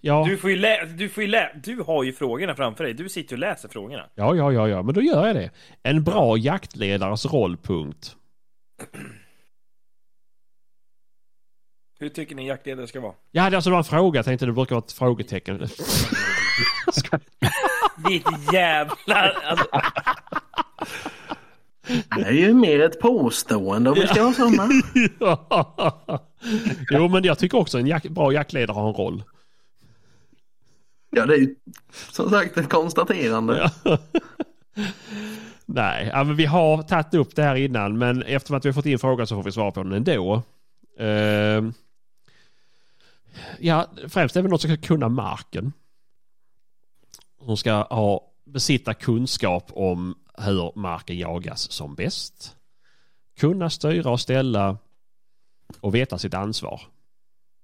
ja, Du får ju lä... Du, får ju lä... du har ju frågorna framför dig, du sitter och läser frågorna. ja, ja, ja, ja, men då gör jag det. En bra jaktledares rollpunkt. Hur tycker ni en jaktledare ska vara? Ja, det alltså var en fråga. Jag tänkte det brukar vara ett frågetecken. *laughs* Ditt jävla... Alltså, Det är ju mer ett påstående om vi ska vara *laughs* sådana. jo, men jag tycker också en jack- bra jaktledare har en roll. Ja, det är ju som sagt ett konstaterande. Nej, ja, men vi har tagit upp det här innan, men eftersom att vi har fått in frågan så får vi svara på den ändå. Ehm, ja, främst är väl något som ska kunna marken. Som ska ha, besitta kunskap om hur marken jagas som bäst. Kunna styra och ställa och veta sitt ansvar.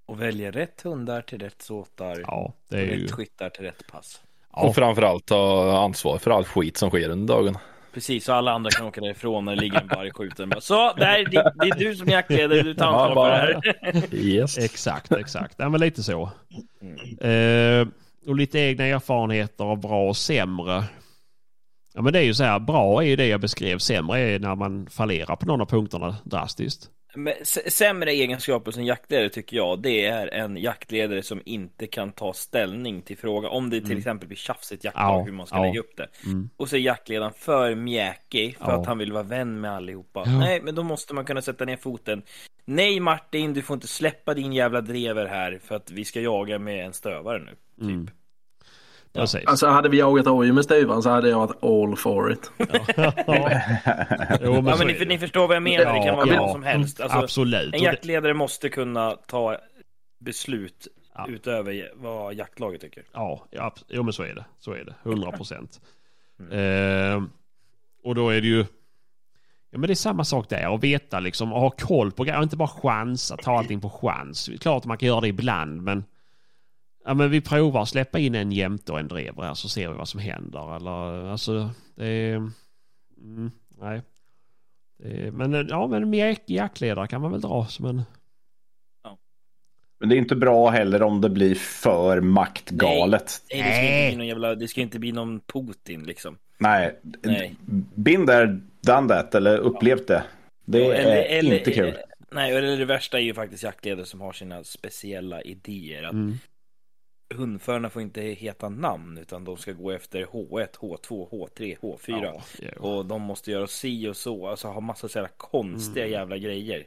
och väljer rätt hundar till rätt såtar. Ja, det är ju... Rätt skyttar till rätt pass. Ja. Och framförallt ta ansvar för all skit som sker under dagen. Precis, så alla andra kan åka därifrån när det ligger en varg skjuten. Bara, Så, där, det, det är du som är jaktledare, du tar ansvar för det här. Yes. Exakt, exakt. Ja, men lite så. Eh, och lite egna erfarenheter av bra och sämre. Ja, men det är ju så här, bra är ju det jag beskrev, sämre är när man fallerar på någon av punkterna drastiskt. Men s- sämre egenskaper som jaktledare tycker jag, det är en jaktledare som inte kan ta ställning till fråga om det till exempel blir tjafsigt jaktlag Mm. Ja, hur man ska ja. Mm. lägga upp det. Och så är jaktledaren för mjäkig för Ja. att han vill vara vän med allihopa. Ja. Nej, men då måste man kunna sätta ner foten. Nej Martin, du får inte släppa din jävla drever här för att vi ska jaga med en stövare nu. Typ. Mm. Precis. Alltså hade vi jagat oj med stuvan så hade jag varit all for it. Jo, men Ja, så men är ni, det. ni förstår vad jag menar, det Ja, kan vara ja. vad som helst. Alltså, Absolut. En Och det- jaktledare måste kunna ta beslut Ja. utöver vad jaktlaget tycker. Ja, ja abs- jo, men så är det. Så är det. 100 procent. Eh, och då är det ju... Ja, men det är samma sak där. Att veta liksom, och ha koll på grejer. Och inte bara chansa, ta allting på chans. Klart man kan göra det ibland, men... Ja, men vi provar att släppa in en jämte och en drever här så ser vi vad som händer. Eller, alltså, det är... Mm, nej. Det är, men eh, ja, men mjäk- jaktledare kan man väl dra som en... Men det är inte bra heller om det blir för maktgalet. Nej, det ska inte bli någon jävla, det ska inte bli någon Putin liksom. Nej. Nej. Been there, done that eller upplevt det. Det är inte kul. Nej, eller det värsta är ju faktiskt jaktledare som har sina speciella idéer. Att Mm. Hundförarna får inte heta namn utan de ska gå efter H1, H2, H3, H4. Ja, jo. Och de måste göra si och så, alltså ha massa så jävla konstiga jävla grejer.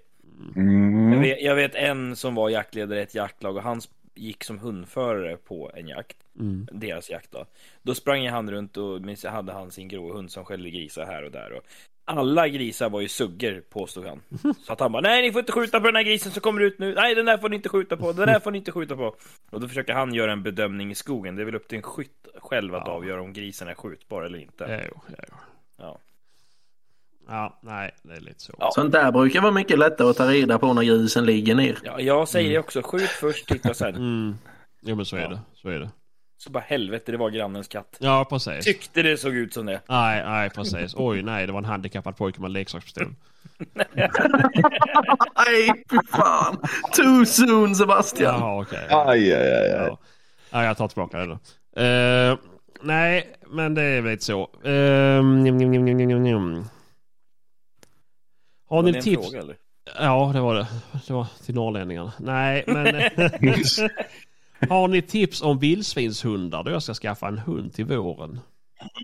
Mm. Jag vet, jag vet en som var jaktledare i ett jaktlag och hans gick som hundförare på en jakt, Mm. deras jakt då. Då sprang ju han runt och minns- hade han sin grå hund som skällde grisar här och där. Och alla grisar var ju suggor påstod *laughs* han. Så att han bara, nej ni får inte skjuta på den här grisen som kommer ut nu. Nej den där får ni inte skjuta på, den där får ni inte skjuta på. Och då försöker han göra en bedömning i skogen. Det är väl upp till en skytt själv att Ja. Eh. avgöra om grisen är skjutbar eller inte. Ja, jo, ja, jo. Ja. ja, nej, det är lite så. Ja. Sånt där brukar vara mycket lättare att ta reda på när grisen ligger ner. Ja, jag säger det också, skjut först, titta *laughs* sen. Mm. Jo, men så är Ja. det. Så är det. Så bara helvete, det var grannens katt. Ja, precis. Tyckte det såg ut som det. Nej, nej, precis. Oj, nej, det var en handikappad pojke med en *laughs* leksakspistol. Nej, fy fan! Too soon Sebastian! Jaha, okej. Aj, aj, aj. aj. Ja. ja, jag tar tillbaka det då. Eh, nej, men det är väl inte så. Eh, njum, njum, njum, njum, njum, njum. Har Var ni det en tips? fråga, eller? Ja, det var det. Det var till norrlänningarna. Nej, men... *laughs* Har ni tips om vildsvinshundar då jag ska skaffa en hund till våren?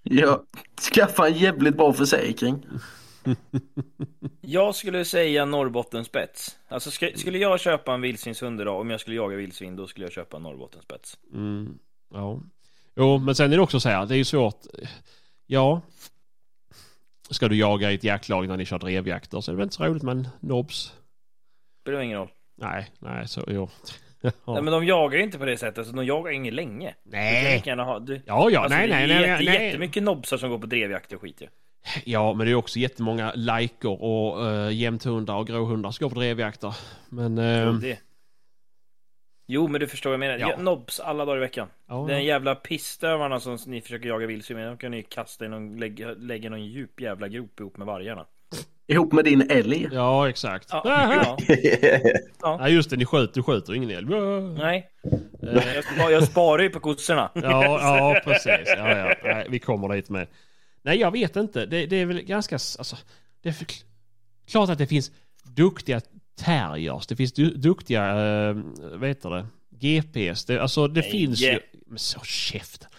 Ja. Skaffa en jävligt bra försäkring. Jag skulle säga Norrbottenspets. Alltså ska, Mm. skulle jag köpa en vildsvinshund idag, om jag skulle jaga vildsvin, då skulle jag köpa en Norrbottenspets. Mm, ja. Jo, men sen är det också så här, det är ju svårt. Ja. Ska du jaga i ett jaktlag när ni kör drevjakter så är det väl inte så roligt med en nobs. Spelar ingen roll. Nej, nej, så jo. *laughs* Nej, men de jagar ju inte på det sättet, så de jagar ingen länge. Du kan Nej. lika gärna ha, du, Ja, ja, alltså, nej, det är nej, nej, jätte, nej, nej. jättemycket nobsar som går på drevjakt och skit ju. Ja, men det är också jättemånga lajkor och uh, jämthundar och gråhundar som går på drevjakter. Men... eh, Det. Jo, men du förstår vad jag menar. Ja. Ja. Nobs alla dagar i veckan. ja, Den jävla pisstövarna som ni försöker jaga vildsvin med, de kan ni kasta i någon, lägga, lägga någon djup jävla grop ihop med vargarna. Ihop med din älg. ja, exakt. Ja, *laughs* Aha. ja, Nej, just det, ni skjuter, du skjuter ingen älg. Ja, *laughs* nej. Eh, Jag, spa- jag sparar ju på kossorna. ja, precis. Ja, ja. Nej, vi kommer dit med. Nej, jag vet inte. Det, det är väl ganska... s- Alltså, det är för, klart att det finns duktiga terriers. Det finns du, duktiga... eh, vad heter det? GPs. Det, alltså, det finns ju... Men så käften.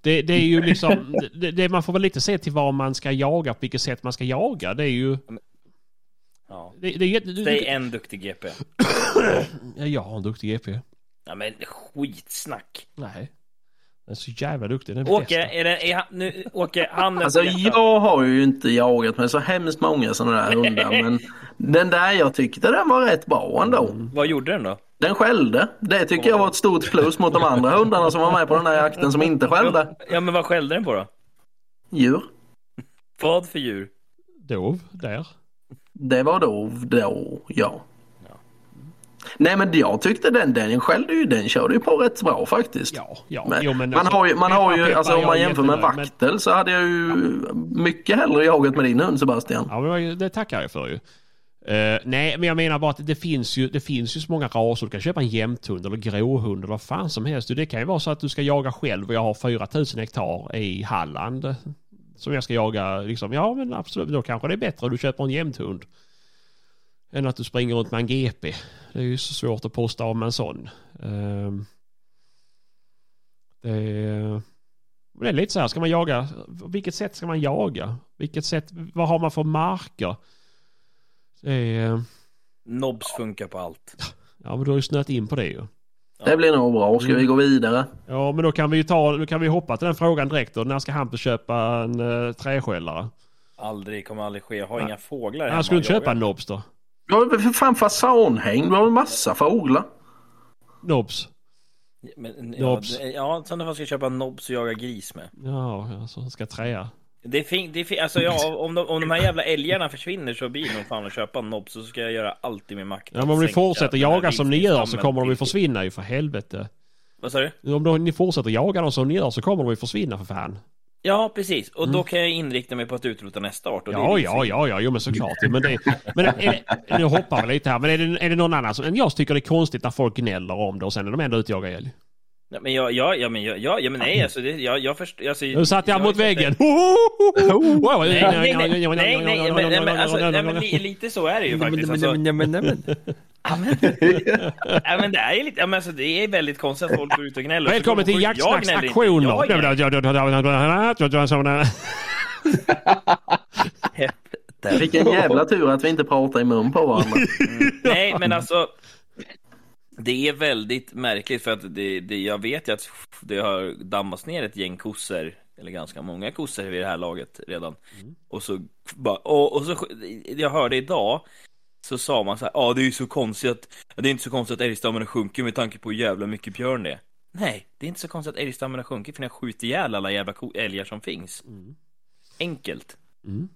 Det, det är ju liksom... Det, det, man får väl lite se till vad man ska jaga, på vilket sätt man ska jaga. Det är ju... Ja. Det, det är jätte... du- Säg en duktig GP. Ja, jag har en duktig GP. Ja, men skitsnack. Nej. Den är så jävla duktig. Den är Åke, bästa. är det, är han, nu, Åke, handen Alltså på hjärtat. jag har ju inte jagat med så hemskt många sådana där hundar men den där jag tyckte den var rätt bra ändå. Vad gjorde den då? Den skällde. Det tycker jag var ett stort plus mot de andra hundarna som var med på den här jakten som inte skällde. Ja, men vad skällde den på då? Djur. Vad för djur? Dov, där. Det var då, då, ja. Nej men jag tyckte den, den skällde ju, den körde ju på rätt bra faktiskt. Ja, ja. Men, jo, men man alltså, har ju, man har peppar, ju peppar, alltså, om man jag jämför med jättebra, vaktel så hade jag ju mycket hellre jagat med din hund Sebastian. Men, ja, men det tackar jag för ju. Eh, nej, men jag menar bara att det finns ju, det finns ju så många raser. Du kan köpa en jämthund eller gråhund eller vad fan som helst. Det kan ju vara så att du ska jaga själv och jag har 4000 hektar i Halland. Som jag ska jaga liksom. Ja, men absolut. Då kanske det är bättre att du köper en jämthund. Än att du springer runt med en GP. Det är ju så svårt att posta om en sån. Ehm, det är... Men Det är lite så här, ska man jaga? på Vilket sätt ska man jaga? Vilket sätt, vad har man för marker? Det är, eh, Nobs funkar på allt. ja, men du har ju snöat in på det ju. Det blir nog bra. Mm. Ska vi gå vidare? Ja, men då kan vi ju ta, då kan vi hoppa till den frågan direkt då. När ska Hampus köpa en uh, träskällare? Aldrig, kommer aldrig ske. Jag har inga fåglar hemma Han skulle att inte köpa jaga. en nobs då? Du har ju för fan fasanhäng. Du har ju massa fåglar. Nobs? Men, Nobs. Ja, det- ja, sådana fall ska jag köpa en nobs och jaga gris med. Ja, alltså han ska träa. Det är fint, det är fin- alltså ja, om, de, om de här jävla älgarna försvinner så blir det nog fan att köpa en nobs och så ska jag göra allt i min makt. Ja, men om ni Sänka fortsätter den här jaga som ni gör så vildsvinsstammen kommer de ju till- försvinna ju för helvete. Vad sa du? Om då, ni fortsätter jaga dem som ni gör så kommer de ju försvinna för fan. Ja, precis. Och då kan jag inrikta mig på att utrota nästa art. Och det är Mm. Ja, vildsvin. ja, ja, ja, jo men såklart. Ja, Men det, men är det, nu hoppar vi lite här, men är det, är det någon annan som... än Jag tycker det är konstigt när folk gnäller om det och sen är de ändå ute och jagar älg. Nej, men jag, ja, ja, men jag, ja, ja, men nej, alltså, det, jag, jag förstår. Alltså, Nu satte jag mot är inte- väggen! Nej, nej, nej, nej, nej, nej, men- nej, men alltså, nej, men li- lite så är det ju faktiskt. Alltså, *laughs* Ja, men, ja, men det är ju lite, ja, men alltså, det är väldigt konstigt att folk går ut och gnäller. Välkommen till Jag gnäller inte. Jag gnäller. jaktsnacksaktioner! *laughs* Vilken jävla tur att vi inte pratar i mun på varandra. Nej, men alltså. Det är väldigt märkligt för att det, det, jag vet ju att det har dammats ner ett gäng kossor eller ganska många kossor vid det här laget redan. Mm. Och så bara, och, och så, jag hörde idag så sa man så här, ja ah, det är ju så konstigt att, det är inte så konstigt att älgstammen har sjunkit med tanke på hur jävla mycket björn det är. Nej, det är inte så konstigt att älgstammen har sjunkit för ni har skjutit ihjäl alla jävla ko- älgar som finns. Mm. Enkelt. Mm.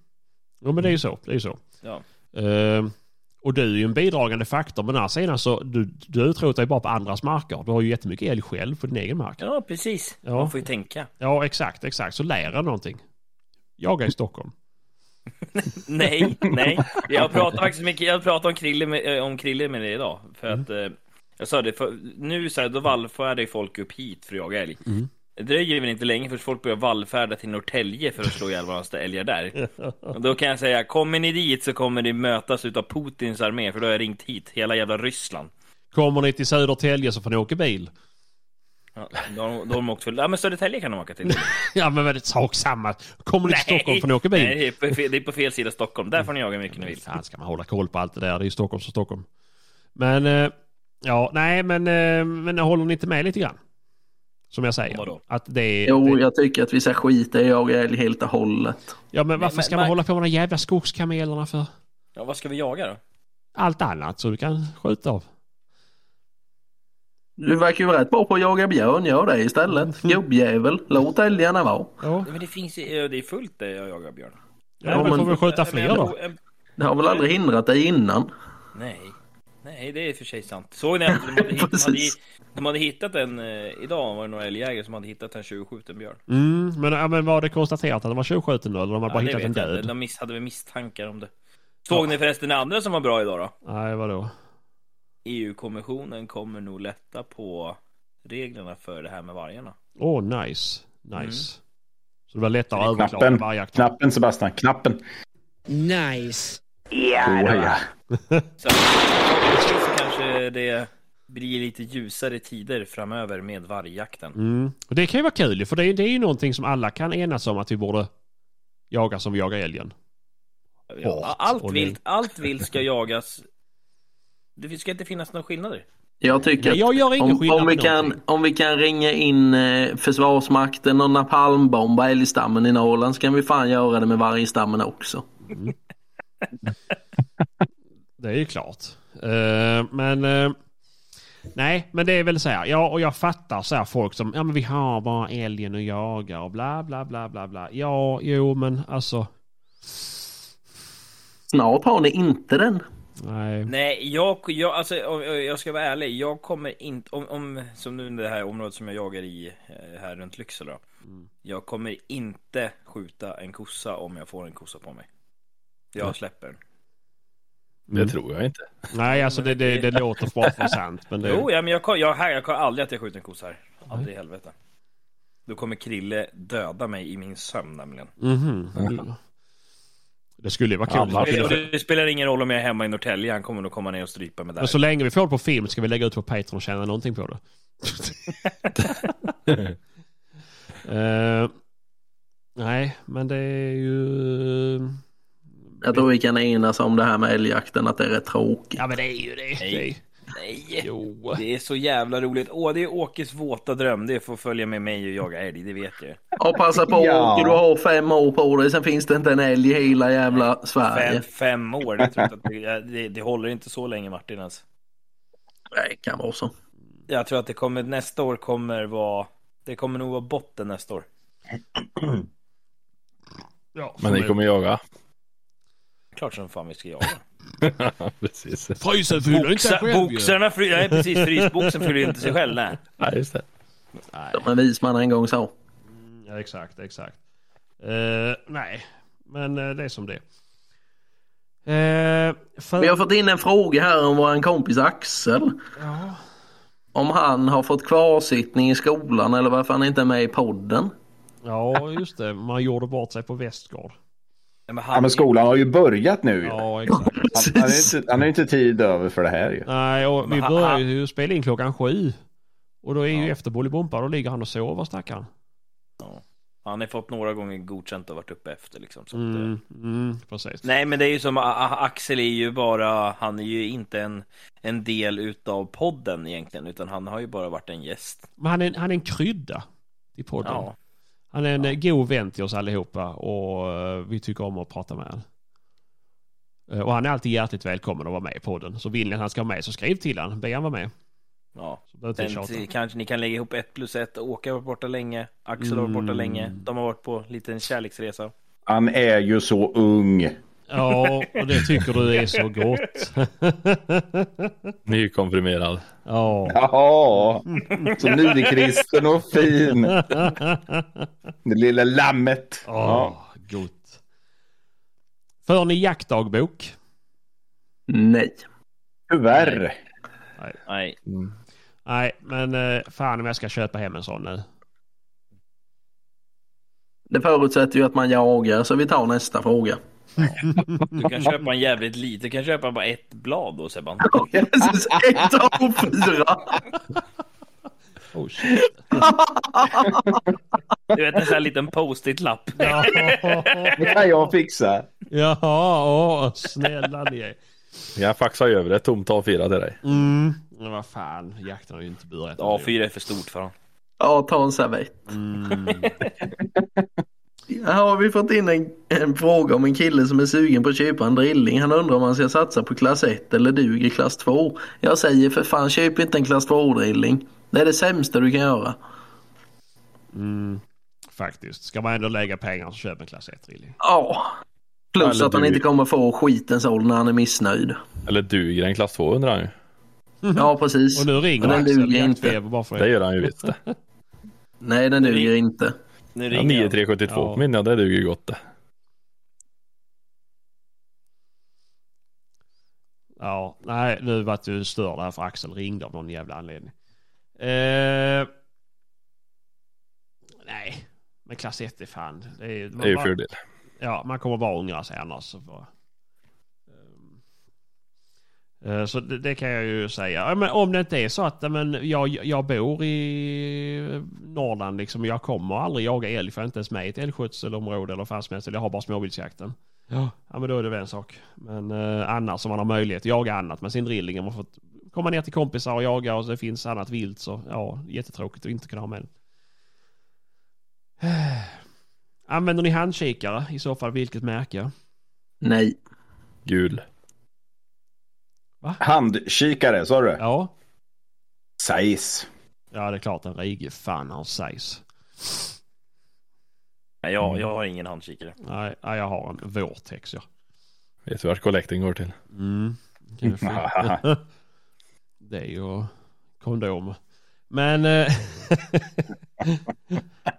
Ja men det är ju så. Det är ju så. Ja. Eh, och du är ju en bidragande faktor. Men å andra sidan så du, du utrotar ju bara på andras marker. Du har ju jättemycket älg själv på din egen mark. Ja, precis. Ja. Man får ju tänka. Ja exakt, exakt. Så lär dig någonting. Jaga i Stockholm. Nej, nej. Jag *laughs* pratade faktiskt mycket, jag pratade om Krille med, eh, om Krille med det idag. För att Mm. eh, jag sa det, för, nu så här, då vallfärdar ju folk upp hit för att jaga älg. Mm. Det dröjer väl inte länge förrän folk börjar vallfärda till Norrtälje för att slå ihjäl varandra älgar *laughs* där. Och då kan jag säga, kommer ni dit så kommer ni mötas utav Putins armé för då har jag ringt hit hela jävla Ryssland. Kommer ni till Södertälje så får ni åka bil. Ja, då, har de- då har de åkt för... Ja men Södertälje kan de åka *laughs* till. *laughs* Ja men vad är det sak samma. Kommer ni till Stockholm får ni åka bil. Mm. Alltså. Nej, det är på fel- det är på fel sida Stockholm. Där får ni jaga hur mycket ni vill. Fan ska man hålla koll på allt det där. Det är ju Stockholm som Stockholm. Men eh, ja, nej men, eh, men håller ni inte med lite grann? Som jag säger. Vadå? Att det är... Jo, det, jag tycker att vi ska skita i jaga älg helt och hållet. ja men varför Men- ska men- man hålla på med de jävla skogskamelerna för? Ja, vad ska vi jaga då? Allt annat så du kan skjuta av. Du verkar ju rätt bra på att jaga björn, gör det istället. Mm. Gubbjävel, låt älgarna vara. Ja, Men det finns ju- det är fullt det jag jagar björn. ja men men- får vi skjuta Nej, men fler jag- då? jag- Det har väl aldrig hindrat dig innan? Nej. Nej, det är i och för sig sant. Såg ni att de *laughs* hade, hitt, de hade, Precis. de hade hittat en, eh, idag var det några älgjägare som hade hittat en 20-skjuten björn. Mm, men, ja, men var det konstaterat att de var tjuvskjuten då? Eller de har Ja, bara det hittat vet en jag inte. död? De miss, hade väl misstankar om det. Såg ni förresten det andra som var bra idag då? Nej, vadå? EU-kommissionen kommer nog lätta på reglerna för det här med vargarna. Åh, oh, nice. Nice. Så det var lättare att överklaga Knappen, vargjakten. knappen Sebastian, knappen. Nice. Oh, ja. Så förhoppningsvis så kanske det blir lite ljusare tider framöver med vargjakten. Mm. Och det kan ju vara kul ju, för det är, det är ju någonting som alla kan enas om att vi borde jaga som vi jagar älgen. Ja, Hat allt och vilt, allt vilt ska jagas. Det ska inte finnas några skillnader. Jag tycker Nej, jag gör ingen om, skillnad om, vi på kan, någonting. om vi kan ringa in eh, Försvarsmakten och napalmbomba älgstammen i Norrland så kan vi fan göra det med vargstammen också. Det är ju klart. Eh, men eh, nej, men det är väl så här. Ja, och jag fattar så här folk som ja, men vi har bara älgen och jagar och bla bla bla bla bla. Ja, jo, men alltså Snart har ni inte den. nej. Nej, jag, jag, alltså, om, jag ska vara ärlig. Jag kommer inte, om, om, som nu det här området som jag jagar i eh, här runt Lycksele då. Jag kommer inte skjuta en kossa om jag får en kossa på mig. Jag släpper den. Mm. Det tror jag inte. Nej, alltså det, det, det låter bara för sant. Men det, Jo, ja, men jag, kom- jag, här, jag kommer aldrig att jag skjuter en kossa här. Aldrig i helvete. Då kommer Krille döda mig i min sömn nämligen. Mhm. Du- det skulle ju vara kul. Alla om vi Och kunde- det spelar ingen roll om jag är hemma i Norrtälje, han kommer nog komma ner och strypa mig där. Men så länge vi får det på film ska vi lägga ut på Patreon och tjäna någonting *laughs* på det. Eh, nej, men det är ju... Jag tror vi kan enas om det här med älgjakten, att det är rätt tråkigt. Ja, men det är ju det. det är... Nej! Jo. Det är så jävla roligt. Åh, det är Åkes våta dröm. Det är att få följa med mig och jaga älg, det vet jag. Ja, passa på Ja. Åke, du har fem år på dig, sen finns det inte en älg i hela jävla Sverige. Fem, fem år, det, tror jag inte att det, det, det håller inte så länge Martin ens. Nej, det kan vara så. Jag tror att det kommer, nästa år kommer vara, det kommer nog vara botten nästa år. Ja, Men ni kommer jaga. Klart som fan vi ska jaga. Precis. Frysen fyller inte sig Boxa, själv ju. boxarna, fly, nej precis, frysboxen fyller inte sig själv. Nej. Nej, just det. Som en vis man en gång sa. Ja, exakt, exakt. Eh, nej, men eh, det är som det är. Eh, för... Vi har fått in en fråga här om vår kompis Axel. Ja. Om han har fått kvarsittning i skolan eller varför han inte är med i podden. ja, just det. Man gjorde bort sig på Västgård. Men han, ja, men skolan har ju börjat nu. ju. Ja, exakt. Han- Han har ju inte, han har ju inte tid över för det här ju. Nej, och vi Men ha- börjar ha- ju spela in klockan sju. Och då är ju efter Bolibompa, då ligger han och sover stackaren. Ja. Han har fått några gånger godkänt och varit uppe efter liksom. Så att, eh, Mm, mm, precis. Nej men det är ju som A- A- Axel är ju bara, han är ju inte en, en del utav podden egentligen utan han har ju bara varit en gäst. Men han är, en- han är en krydda i podden. Ja. Han är en ja. god vän till oss allihopa och eh, vi tycker om att prata med honom. Eh, Och han är alltid hjärtligt välkommen att vara med i podden. Så vill ni att han ska vara med så skriv till han. Be han vara med. ja. Så behöver inte Sen tjata. t- kanske ni kan lägga ihop ett plus ett. Åke har varit borta länge. Axel har varit borta Mm. länge. De har varit på en liten kärleksresa. Han är ju så ung. Ja, och det tycker du är så gott. Nykonfirmerad. ja. *laughs* Jaha, så nykristen och fin. Det lilla lammet. Åh, Ja. gott. För ni jaktdagbok? Nej. Tyvärr. Nej. Nej, men eh, fan om jag ska köpa hem en sån nu. Det förutsätter ju att man jagar, så vi tar nästa fråga. Du kan köpa en jävligt liten. Du kan köpa bara ett blad då *laughs* Sebban. *laughs* Jesus, ett av fyra! Oh, shit. Du vet en sån här liten post-it-lapp. Ja. Det kan jag fixa. Jaha, åh, snälla ni är. Jag faxar över ett tomt A4 till dig. Mm. Men vad fan, jakten har ju inte burat. A4 är för stort för honom. Ja, ta en servett. Mm. Här har vi fått in en, en fråga om en kille som är sugen på att köpa en drilling. Han undrar om han ska satsa på klass 1 eller duger i klass 2. Jag säger för fan, köp inte en klass 2-drilling. Det är det sämsta du kan göra. Mm. Faktiskt. Ska man ändå lägga pengar så köp en klass 1 drilling. Ja. Plus Eller att han du- inte kommer få skiten såld när han är missnöjd. Mhm. Eller duger en klass 2 undrar han ju. Ja, precis. Och nu ringer Men den Axel duger inte. jaktfeber bara för Det det. gör han ju visst det. Nej, den duger Det- inte. Nu Ja, ringer han. 9372 Ja. på min, ja det duger ju gott det. Ja, nej, nu vart du störd här för Axel ringde av någon jävla anledning. Eh... Nej, men klass 1 är fan. Det är, Det är ju fördel. Ja, man kommer bara ångra sig annars. Så bara. Ehm. Eh, Så det, det kan jag ju säga. Ja, Men om det inte är så att ja, men jag, jag bor i Norrland liksom. Jag kommer aldrig jaga älg för jag är inte ens med i ett älgskötselområde eller vad fan som helst. Eller Jag har bara småviltsjakten. Ja. ja men då är det väl en sak. Men eh, annars om man har möjlighet att jaga annat med sin drilling. om Man får komma ner till kompisar och jaga och så det finns annat vilt. Så ja, jättetråkigt att inte kunna ha med den. Använder ni handkikare? I så fall vilket märke? Nej. Gul. Handkikare, sa du? Ja, Size. ja det är klart en rige fan har size. Nej, jag, jag har ingen handkikare. Nej, nej, jag har en Vortex ja. Vet du vart kollekten går till? Mm. Kan jag få- det är ju kondom. Men... eh, *laughs*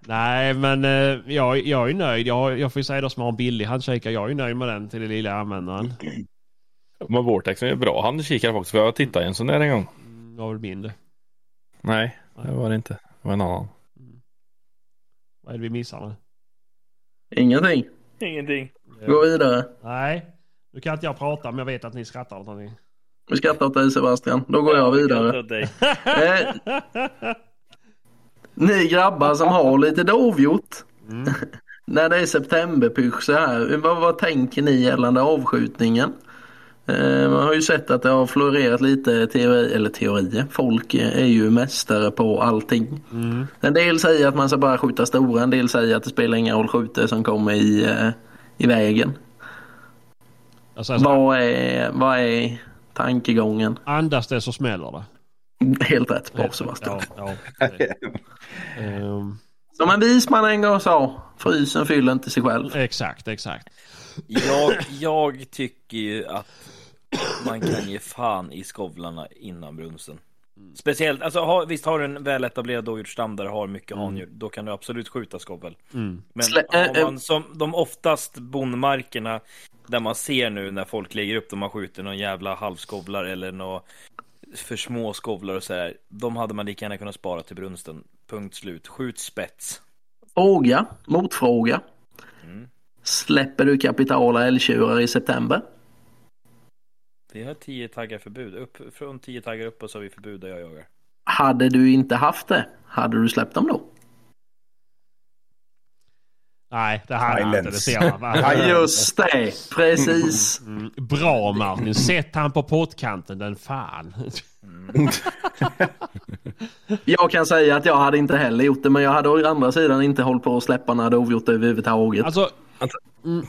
nej, men eh, jag, jag är nöjd. Jag, jag får ju säga det som har en billig handkikare. Jag är ju nöjd med den till den lilla användaren. Men Vortexen är bra handkikare faktiskt. För jag tittade i en sån där en gång. Mm, Jag vill mindre. Nej, det var det inte. Det var en annan. Vad är det vi missar nu? Ingenting. Ingenting. Gå vidare. Nej, nu kan inte jag prata men jag vet att ni skrattar åt någonting. *laughs* Vi skrattar åt dig Sebastian. Då går jag vidare. Dig. Eh, ni grabbar som har lite dovhjort. När det är septemberpysch så här. Vad, vad tänker ni gällande avskjutningen? Eh, man har ju sett att det har florerat lite teori, eller teorier. Folk eh, är ju mästare på allting. En del säger att man ska bara skjuta stora. En del säger att det spelar ingen roll skjuter som kommer i, eh, i vägen. Jag säger så här, Vad är, vad är tankegången? andas det så smäller det. Helt rätt bra Sebastian. Ja, ja, det. Ehm, Som en vis man en gång sa, frysen fyller inte sig själv. Eh, exakt, exakt. Jag, jag tycker ju att man kan ge fan i skovlarna innan brunsten. Speciellt, alltså har, visst har du en väletablerad dovhjortsstam där du har mycket handjur, då kan du absolut skjuta skovel. Men Slä- har eh, man som de oftast bondmarkerna där man ser nu när folk lägger upp, de har skjutit någon jävla halvskovlar eller några för små skovlar och sådär. De hade man lika gärna kunnat spara till brunsten. Punkt slut. Skjut spets. Fråga, motfråga. Släpper du kapitala älgtjurar i september? Vi har 10 taggar förbud. Upp, från 10 taggar upp och så har vi förbud där jag jagar. Hade du inte haft det, hade du släppt dem då? Nej, det här är inte. Det Silence. ser man. Ja, va? just det. Precis. Mm, Bra Martin, sätt han på pottkanten den fan. *laughs* Jag kan säga att jag hade inte heller gjort det, men jag hade å andra sidan inte hållit på att släppa när jag hade ogjort det överhuvudtaget. Alltså,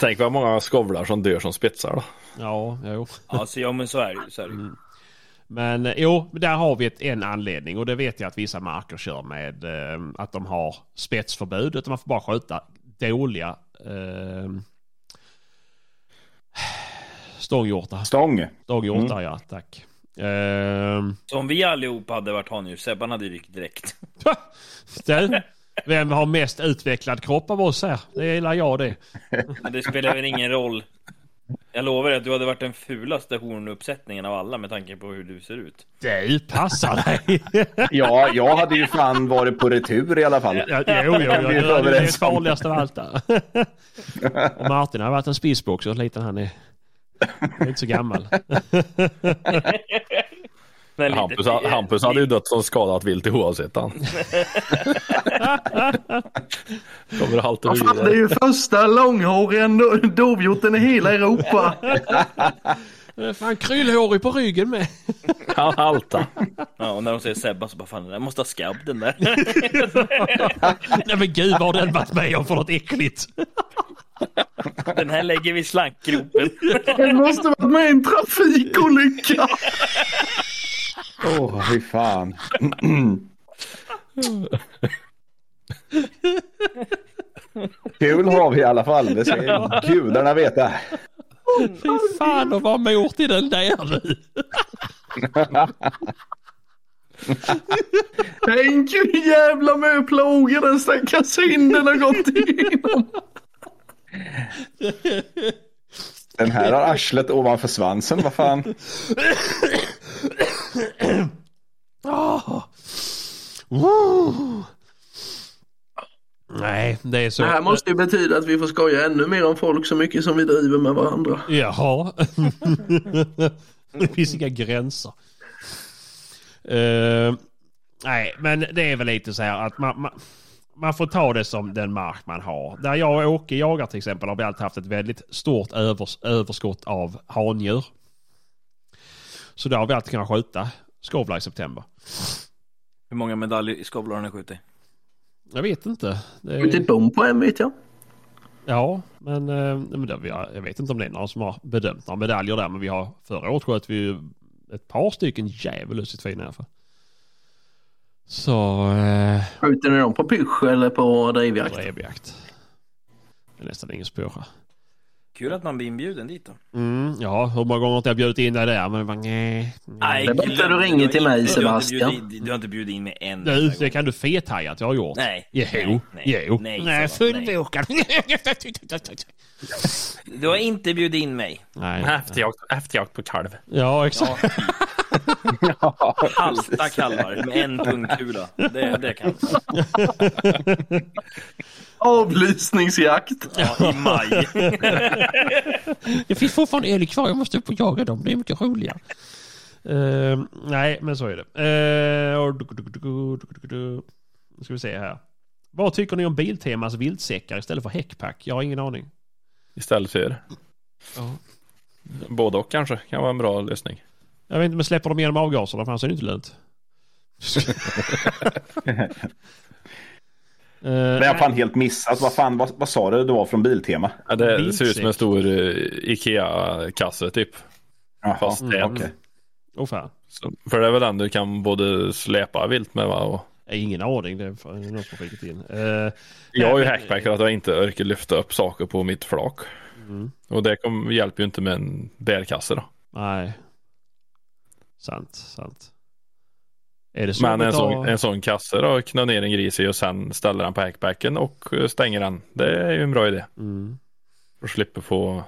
Tänk vad många skovlar som dör som spetsar då. ja, jo. Alltså, ja men så är det ju, så är det Mm. ju. Men eh, jo, där har vi ett, en anledning och det vet jag att vissa marker kör med eh, att de har spetsförbud utan man får bara skjuta dåliga eh, *sighs* stånghjortar. Stång. Stånghjortar Mm. ja, tack. Ehm, Så om vi allihopa hade varit handjur, Sebban hade ju ryckt direkt. *laughs* du, vem har mest utvecklad kropp av oss här? Det gillar jag det. Men det spelar väl ingen roll. Jag lovar dig att du hade varit den fulaste hornuppsättningen av alla med tanke på hur du ser ut. Du passar dig. Ja, jag hade ju fan varit på retur i alla fall. *laughs* Ja, jo, jo, jo, det vi vara är det överens om. farligaste av allt där. Och Martin har varit en spissbox så liten han är. Han är inte så gammal. Men lite- Hampus, Hampus hade ju dött som skadat vilt oavsett han. Kommer halter Vad fan, det är vidare. ju första långhåriga do- dovhjorten i hela Europa. *laughs* Fan kryllhårig på ryggen med. Han halta. Ja, och när de säger Sebban så bara fan den där måste ha skabb den där. *laughs* Nej men gud vad har den varit med om för något äckligt. Den här lägger vi i slankgropen. Den måste varit med i en trafikolycka. Åh, fy fan. Kul har vi i alla fall, det ska gudarna veta. Fy fan och vad mor till den där nu. Tänk hur jävla med plågor den stackars synden har gått igenom. Den här har arslet ovanför svansen, vad fan. Ah. Woo. Nej, det är så. Det här måste ju betyda att vi får skoja ännu mer om folk så mycket som vi driver med varandra. Mm. Jaha. *laughs* det finns inga gränser. Eh, nej, men det är väl lite så här att man, man, man får ta det som den mark man har. Där jag och Åke jagar till exempel har vi alltid haft ett väldigt stort övers, överskott av handjur. Så där har vi alltid kunnat skjuta skovlar i september. Hur många medaljer i skavlar har ni skjutit? Jag vet inte. Det Skjutit är, bom på en vet jag. ja, men, eh, men det, vi har- jag vet inte om det är någon som har bedömt några medaljer där. Men vi har, förra året sköt vi ju ett par stycken djävulusigt fina i alla fall. Så... Eh, Skjuter ni dem på pysch eller på drivjakt? Drevjakt. Det är nästan ingen spåra. Kul att man blir inbjuden dit då. Mm, ja, hur många gånger har inte jag bjudit in dig där? Men det var nej. Nej, Det är bättre glöm du ringer till mig, Du har inte Sebastian. bjudit in- Du har inte bjudit in mig en Du, enda det gång. kan du fethaja att jag har gjort. Nej. Jo. Nej, nej, Jo. nej, Nej, Sebastian, fullbokad. Du har inte bjudit in mig. Nej. Efterjakt, efterjakt på kalv. Ja, exakt. Ja, halta kalvar med en pungkula. Det, det kan jag. Avlysningsjakt. ja, I maj. Det finns fortfarande älg kvar. Jag måste upp och jaga dem. Det är mycket roligare. Ehm, nej, men så är det. Ehm, och du- du- du- du- du- du- Nu ska vi se här. Vad tycker ni om Biltemas viltsäckar istället för häckpack? Jag har ingen aning. Istället för. Både och kanske kan vara en bra lösning. Jag vet inte, men släpper de igenom avgaserna? För annars är det inte *laughs* lönt. Ehm, Det har jag fan helt missat. Vad fan, vad, vad sa du det var från Biltema? Ja, det Viltsäck. ser ut som en stor eh, Ikea-kasse typ. Jaha, Fast det är- okej. Åh fan. Så, för det är väl den du kan både släpa vilt med va? Och... Jag har Ingen aning. Det är fan någon som har skickat in. Ehm, Jag har Nej, ju men- hackback för att jag inte orkar lyfta upp saker på mitt flak. Och det kom, hjälper ju inte med en bärkasse då. Nej. Sant, sant. Är det så? Men vi en tar- sån, en sån kasse då, knö ner en gris i och sen ställer den på hackbacken och eh, stänger den. Det är ju en bra idé. Mm, Och slipper få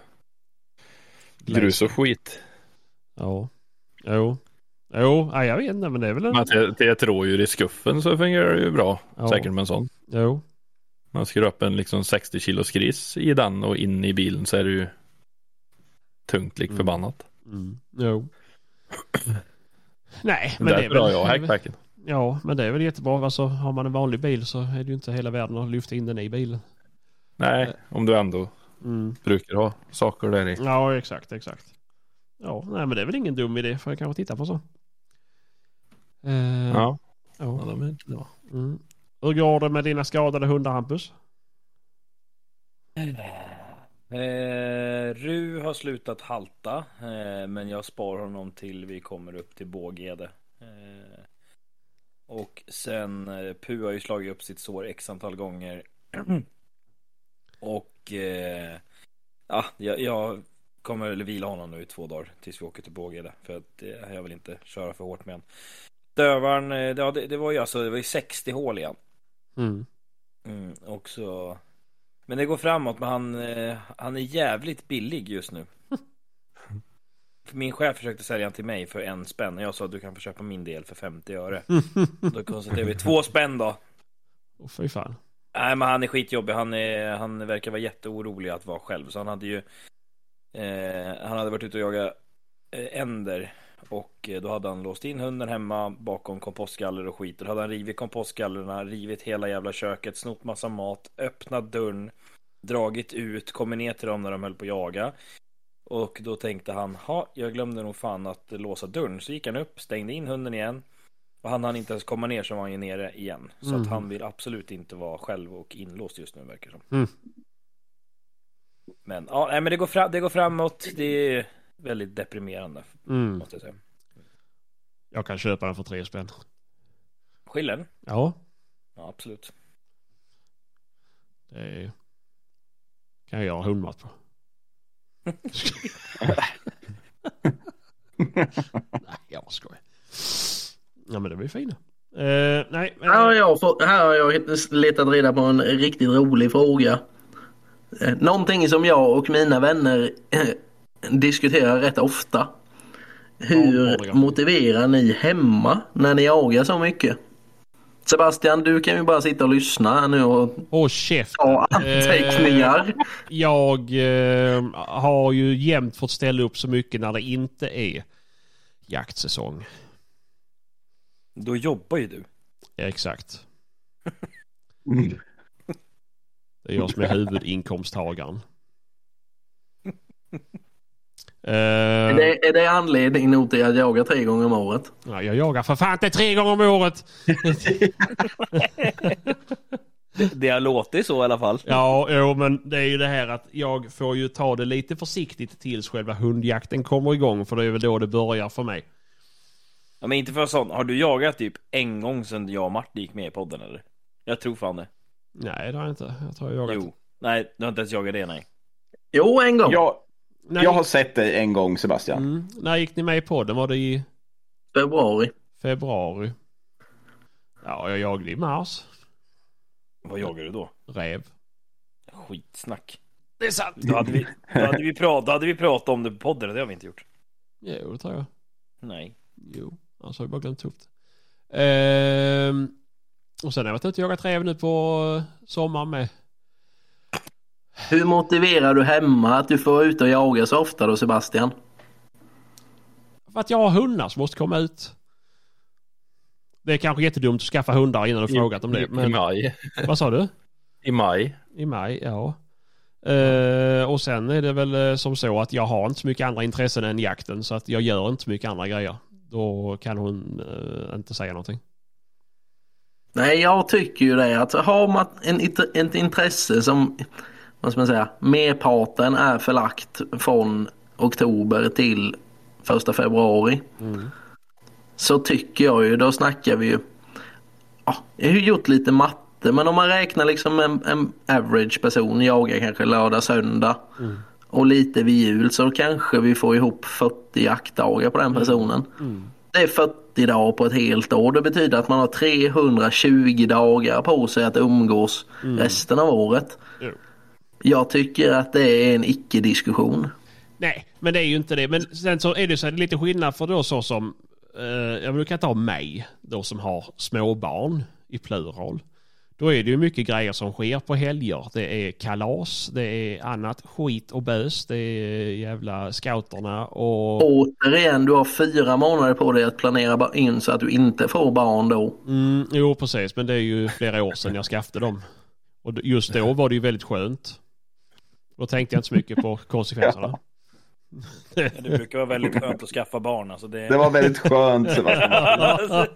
grus och skit. ja. Jo. Jo, nej, jag vet inte men det är väl en... Men till, till ett rådjur i skuffen så fungerar det ju bra. Ja. Säkert med en sån. Jo. Man skruvar upp en liksom 60 kilos gris i den och in i bilen så är det ju tungt lik Mm. förbannat. Mm, jo. Nej, men Men det är Därför har väl... jag hackbacken. Ja, men det är väl jättebra. Alltså, har man en vanlig bil så är det ju inte hela världen att lyfta in den i bilen. Nej, om du ändå Mm. brukar ha saker där i. Ja, exakt, exakt. Ja, nej, men det är väl ingen dum idé för jag kanske titta på så. Eh, Ja. ja. Mm. Hur går det med dina skadade hundar, Hampus? *laughs* Eh, Ru har slutat halta, eh, men jag sparar honom till vi kommer upp till Bågede. Eh, och sen eh, Pu har ju slagit upp sitt sår x antal gånger. *clears throat* och eh, ja, jag, jag kommer att vila honom nu i två dagar tills vi åker till Bågede. För att eh, jag vill inte köra för hårt med honom. Dövaren, eh, ja, det, det var ju alltså, det var ju 60 hål igen. Mm, och så... Men det går framåt, men han, eh, han är jävligt billig just nu. Min chef försökte sälja han till mig för en spänn och jag sa att du kan få köpa min del för 50 öre. Då konstaterade vi två spänn då. *laughs* Åh, fy fan. Nej men han är skitjobbig, han, är, han verkar vara jätteorolig att vara själv. Så han hade ju eh, Han hade varit ute och jagat eh, änder och eh, då hade han låst in hunden hemma bakom kompostgaller och skit. Och då hade han rivit kompostgallerna, rivit hela jävla köket, snott massa mat, öppnat dörren, dragit ut, kommit ner till dem när de höll på att jaga. Och då tänkte han, ha, jag glömde nog fan att låsa dörren. Så gick han upp, stängde in hunden igen. Och han hann inte ens komma ner så var han ju nere igen. Så Mm. att han vill absolut inte vara själv och inlåst just nu verkar det som. Mm. Men ja, nej, men det går, fra- det går framåt. Det är väldigt deprimerande Mm. måste jag säga. Jag kan köpa den för tre spänn. Skillen? Ja, Ja, absolut. det är... kan jag göra hundmat på. nej, jag skojar. Ja, men det blir fina. Eh, nej, men... Här har jag, fått, här har jag hitt- letat reda på en riktigt rolig fråga. Eh, Någonting som jag och mina vänner eh, diskuterar rätt ofta. Ja, Hur pornografi. motiverar ni hemma när ni jagar så mycket? Sebastian, du kan ju bara sitta och lyssna här nu och Åh, käft. Eh, ta anteckningar. Jag eh, har ju jämt fått ställa upp så mycket när det inte är jaktsäsong. Då jobbar ju du. Exakt. Mm. Det är jag som är huvudinkomsttagaren. Eh, Är det, är det anledning nog till att jaga tre gånger om året? ja, jag jagar för fan inte tre gånger om året. Det har låtit så i alla fall. Ja, jo, men det är ju det här att jag får ju ta det lite försiktigt tills själva hundjakten kommer igång. För det är väl då det börjar för mig. Ja, men inte för sån. Har du jagat typ en gång sedan jag och Martin gick med i podden eller? Jag tror fan det. Nej, det har jag inte. Jag tror jag jagat. Jo. Nej, du har inte ens jagat det nej. Jo, en gång. Jag, När, jag har sett dig en gång Sebastian. mm, när gick ni med i podden? Var det i Februari. februari? Ja, jag jagade i mars. Vad jagar du då? Räv. Skitsnack. Det är sant. Då hade vi, då hade vi, prat, då hade vi pratat om det på podden och det har vi inte gjort. Jo, det tror jag. Nej. Jo, annars har jag bara glömt upp det. Ehm, och sen har jag varit ute och jagat räv nu på eh, sommaren med. Hur motiverar du hemma att du får vara ute och jaga så ofta då, Sebastian? För att jag har hundar som måste komma ut. Det är kanske jättedumt att skaffa hundar innan du frågat om det. I Men maj. vad sa du? I maj. I maj, ja. Eh, och sen är det väl eh, som så att jag har inte så mycket andra intressen än jakten så att jag gör inte så mycket andra grejer. Då kan hon eh, inte säga någonting. Nej, jag tycker ju det. Att har man en, int- ett intresse som, vad ska man säga, merparten är förlagt från oktober till första februari. Så tycker jag ju, då snackar vi ju. Ja, jag har ju gjort lite matte, men om man räknar liksom en, en average person jagar kanske lördag, söndag och lite vid jul så kanske vi får ihop 40 jaktdagar på den personen. Det är 40 dagar på ett helt år. Det betyder att man har 320 dagar på sig att umgås resten av året. Jo. Jag tycker att det är en icke-diskussion. Nej, men det är ju inte det. Men sen så är det så här, lite skillnad för då så som, eh, jag brukar ta mig, då som har småbarn i plural. Då är det ju mycket grejer som sker på helger. Det är kalas, det är annat skit och bös, det är jävla scouterna och... Återigen, du har fyra månader på dig att planera ba- in så att du inte får barn då. Mm, jo, precis, men det är ju flera år sedan jag skaffade dem. Och d- just då var det ju väldigt skönt. Då tänkte jag inte så mycket på konsekvenserna. Ja, Det brukar vara väldigt skönt att skaffa barn. Alltså det... *laughs* Det var väldigt skönt Sebastian.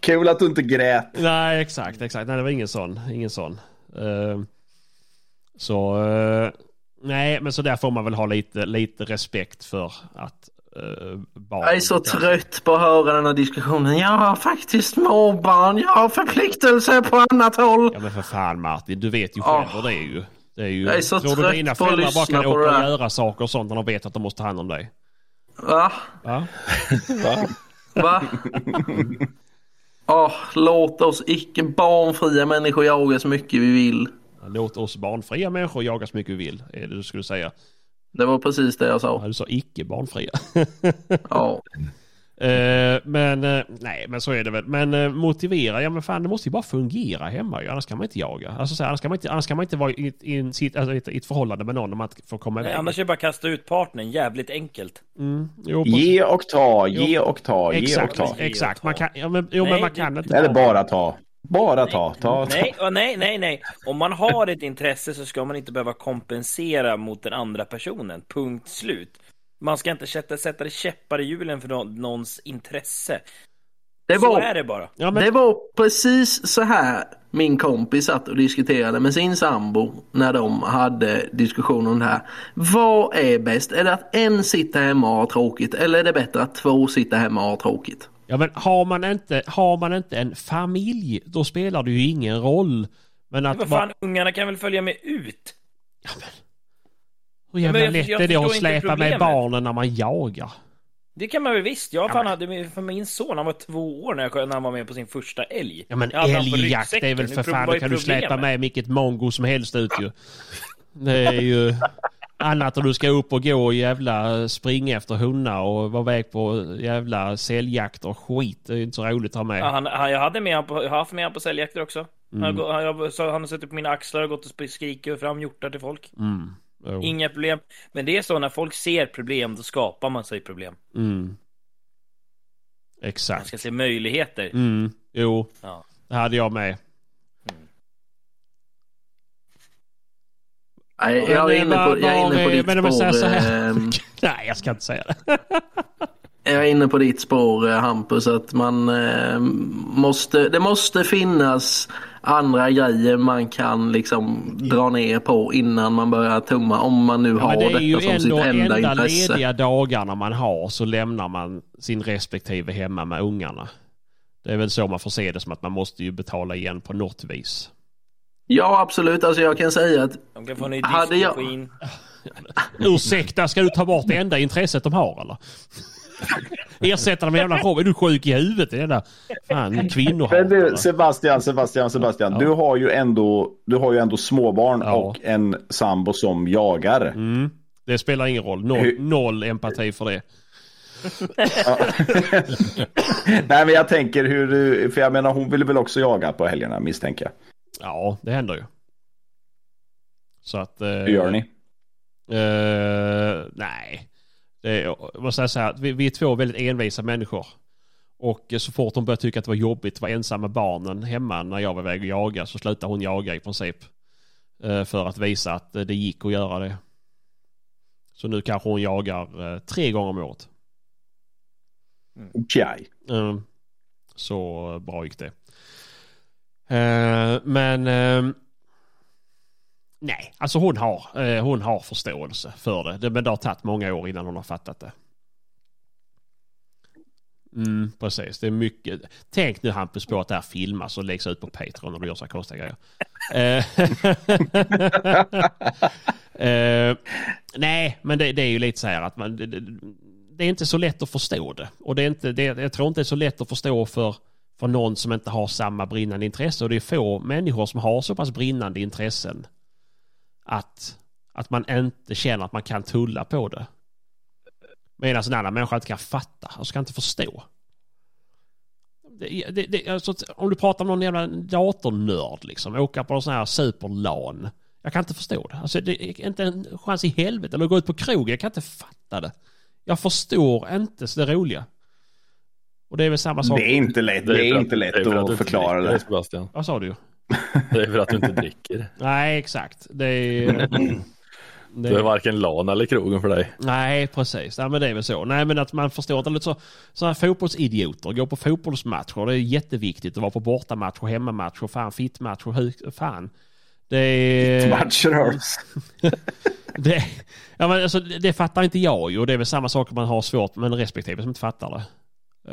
Kul att du inte grät. Nej, exakt, exakt. Nej, det var ingen sån. Ingen sån. Ehm, så, eh, nej, men så där får man väl ha lite, lite respekt för att eh, barn... Jag är så trött på att höra den här diskussionen. Jag har faktiskt småbarn. Jag har förpliktelser på annat håll. Ja, men för fan Martin, du vet ju själv Ah. hur det är ju. Det är ju Jag är så tror du trött mina på att föräldrar bara lyssna kan på åka och det där. göra saker och sånt när de vet att de måste ta hand om dig? Va? Va? Va? Åh, låt oss icke barnfria människor jaga så mycket vi vill. Låt oss barnfria människor jaga så mycket vi vill, är det du skulle säga. Det var precis det jag Ja, sa. du sa icke barnfria. Ja. Eh, men eh, nej, men så är det väl. Men eh, motivera, ja men fan det måste ju bara fungera hemma ju, annars kan man inte jaga. Alltså, så här, annars, kan man inte, annars kan man inte vara i, i, en sit- alltså, i ett- i ett förhållande med någon om man inte får komma Nej, iväg. annars är det bara att kasta ut partnern jävligt enkelt. Mm, jo, precis. Ge och ta, ge och ta, ge och exakt, ta. exakt. Man kan, ja, men, jo, Nej, men man det- kan inte. Eller bara ta. Bara ta. ta, ta. Nej, åh, nej, nej, nej. Om man har ett intresse så ska man inte behöva kompensera mot den andra personen. Punkt slut. Man ska inte sätta, sätta det käppar i hjulen för nå- någons intresse. Det Så är var, det bara. Ja, men, det var precis så här min kompis satt och diskuterade med sin sambo när de hade diskussion om det här. Vad är bäst? Är det att en sitter hemma och har tråkigt eller är det bättre att två sitter hemma och har tråkigt? Ja men har man inte, har man inte en familj då spelar det ju ingen roll. Men att Vad bara, fan, ungarna kan väl följa med ut? hur Ja, men jävla jag- lätt jag är det att förstår inte släpa med problemet. barnen när man jagar? Det kan man väl visst. Jag fan hade med, för min son, han var två år när, jag, när han var med på sin första älg. Ja men Jag hade han på älgjakt det är väl alltså, ryggsäcken. för Hur- fan, vad då är kan du släpa problemet? med vilket mongo som helst ut ju. Det är ju annat om du ska upp och gå och jävla springa efter hundar och vara väg på jävla säljjakter och skit. Det är ju inte så roligt att ha med. Ja, han, han, jag hade med han på, jag har haft med han på säljjakter också. Mm. Han, har gå- han, jag, så han har suttit på mina axlar och gått och sp- skrikit fram hjortar till folk. Mm. Jo. Inga problem. Men det är så när folk ser problem, då skapar man sig problem. Mm. Man Exakt. ska se möjligheter. Mm. Jo, Ja. det hade jag med. Nej, Men, jag eh, är inne på, vad- jag är vad, inne på eh, ditt men om jag säger så spår. här. ehm, *laughs* Nej, jag ska inte säga det. Jag är inne på ditt spår eh, Hampus att man eh, måste, det måste finnas andra grejer man kan liksom dra ner på innan man börjar tumma om man nu har men det är detta ju som sitt ändå enda, enda, intresse. lediga dagarna man har så lämnar man sin respektive hemma med ungarna. Det är väl så man får se det som att man måste ju betala igen på något vis. Ja absolut, alltså jag kan säga att De kan få en ny Hade jag- diskmaskin. Ursäkta, ska du ta bort det enda intresset de har eller? *laughs* Ersätta dem med jävla show. Är du sjuk i huvudet? Det är där fan Men du, kvinnohat. Sebastian, Sebastian, Sebastian. Du, har ju ändå, du har ju ändå småbarn Ja. och en sambo som jagar. Mm. Det spelar ingen roll. Noll, Hur- noll empati för det. *laughs* Nej, men jag tänker hur du... För jag menar, hon ville väl också jaga på helgerna, misstänker jag. Ja, det händer ju. Så att... eh, Hur gör ni? Eh, nej. Det är, jag måste säga att vi, vi är två väldigt envisa människor. Och eh, så fort hon började tycka att det var jobbigt att vara ensam med barnen hemma när jag var iväg och jaga så slutade hon jaga i princip. Eh, för att visa att eh, det gick att göra det. Så nu kanske hon jagar eh, tre gånger om året. Okej. Eh, så eh, bra gick det. Eh, men eh, nej, alltså hon har, eh, hon har förståelse för det. det. Men det har tagit många år innan hon har fattat det. Mm, precis, det är mycket. Tänk nu Hampus på att det här filmas och läggs ut på Patreon och du gör så här konstiga grejer. *laughs* Eh, eh, nej, men det, det är ju lite så här att man, det, det, det är inte så lätt att förstå det. Och det är inte, det, jag tror inte det är så lätt att förstå för, för någon som inte har samma brinnande intresse. Och det är få människor som har så pass brinnande intressen att, att man inte känner att man kan tulla på det. Medan en annan människa inte kan fatta, alltså kan inte förstå. Det, det, det, alltså, om du pratar om någon jävla datornörd liksom, åka på en sån här superlan. Jag kan inte förstå det. Alltså, det är inte en chans i helvete. Eller gå ut på krogen, jag kan inte fatta det. Jag förstår inte så det roliga. Och det är väl samma sak. Det är inte lätt, det för är att- inte lätt det är att för du inte förklara dricker, det. Sebastian. Vad sa du? Det är för att du inte dricker. Nej, exakt. Det är... det Du är är- varken LAN eller krogen för dig. Nej, precis. Nej, men det är väl så. Nej, men att man förstår att det är lite så, sådana här fotbollsidioter går på fotbollsmatcher. Det är jätteviktigt att vara på bortamatcher, hemmamatcher, fan fittmatcher, hu- fan. Det är... Matcher hörs. *laughs* Det, ja, men alltså, det, det fattar inte jag ju. Och det är väl samma saker man har svårt med respektive som inte fattar det.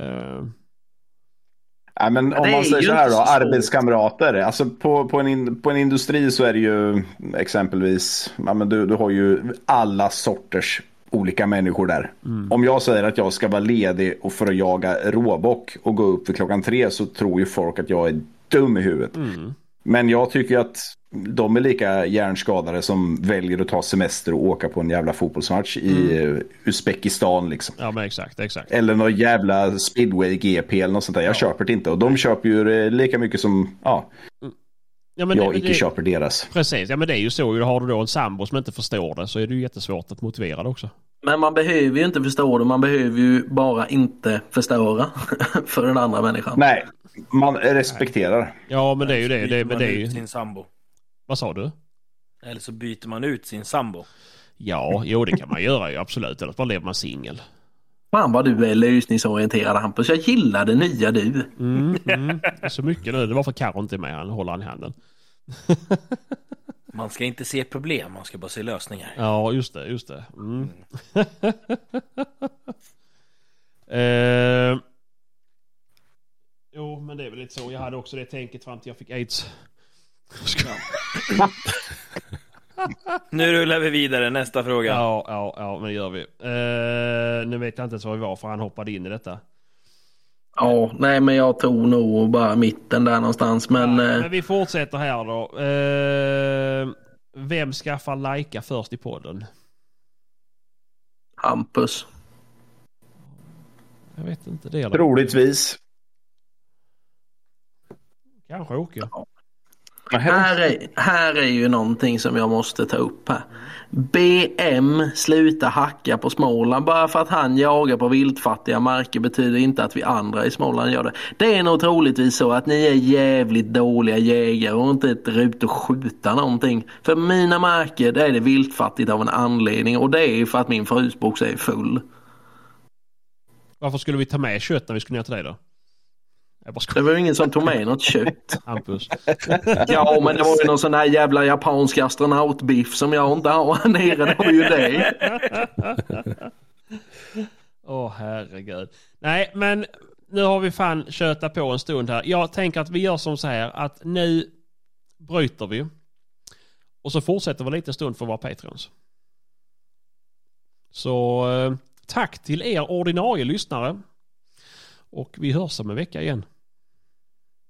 Eh, Ja, men det om är man säger ju så här inte då, så svårt. arbetskamrater. Alltså på, på, en in, på en industri så är det ju exempelvis, ja, men du, du har ju alla sorters olika människor där. Mm. Om jag säger att jag ska vara ledig och för att jaga råbock och gå upp vid klockan tre så tror ju folk att jag är dum i huvudet. Mm. Men jag tycker att de är lika hjärnskadade som väljer att ta semester och åka på en jävla fotbollsmatch i Mm. eh, Uzbekistan liksom. ja, men exakt, exakt. Eller någon jävla speedway GP eller något sånt där. Jag köper det inte. Och de köper ju eh, lika mycket som ja, Ja, men jag det, icke det, köper deras. Precis, ja men det är ju så. ju. Har du då en sambo som inte förstår det så är det ju jättesvårt att motivera det också. Men man behöver ju inte förstå det, man behöver ju bara inte förstöra *laughs* för den andra människan. Nej, man respekterar. Ja, men det är ju det. Byter det, men man det är ut ju, sin sambo. vad sa du? Eller så byter man ut sin sambo. Ja, jo det kan man göra ju absolut. Eller att man lever man singel. Fan vad du är lösningsorienterad Hampus. Jag gillar det nya du. Mm, mm. Det är Så mycket nu. Det var för Karo inte är med. Han håller han i handen. Man ska inte se problem, man ska bara se lösningar. Ja, just det. Just det. Mm. *laughs* eh, jo, men det är väl lite så. Jag hade också det tänket fram till jag fick aids. Nu rullar vi vidare, nästa fråga. *laughs* Ja, ja, ja, men det gör vi. Eh, nu vet jag inte ens vad vi var för han hoppade in i detta. Ja, nej men jag tog nog bara mitten där någonstans. Men Ja, eh, men vi fortsätter här då. Eh, vem skaffar Laika först i podden? Hampus. Jag vet inte det. Eller? Troligtvis. Kanske Åke. Här är, här är ju någonting som jag måste ta upp här. BM sluta hacka på Småland. Bara för att han jagar på viltfattiga marker betyder inte att vi andra i Småland gör det. Det är nog troligtvis så att ni är jävligt dåliga jägare och inte är ute och skjuta någonting. För mina marker där är det viltfattigt av en anledning och det är ju för att min frysbox är full. Varför skulle vi ta med kött när vi skulle ner till dig då? Jag bara Det *laughs* skojar. var ju ingen som tog med något kött. Hampus. Ja men det var ju någon sån här jävla japansk astronautbiff som jag inte har här nere. Det var ju det. Åh herregud. Nej, men nu har vi fan kötat på en stund här. Jag tänker att vi gör som så här att nu bryter vi. Och så fortsätter vi en liten stund för våra Patreons. Så eh, tack till er ordinarie lyssnare. Och vi hörs om en vecka igen.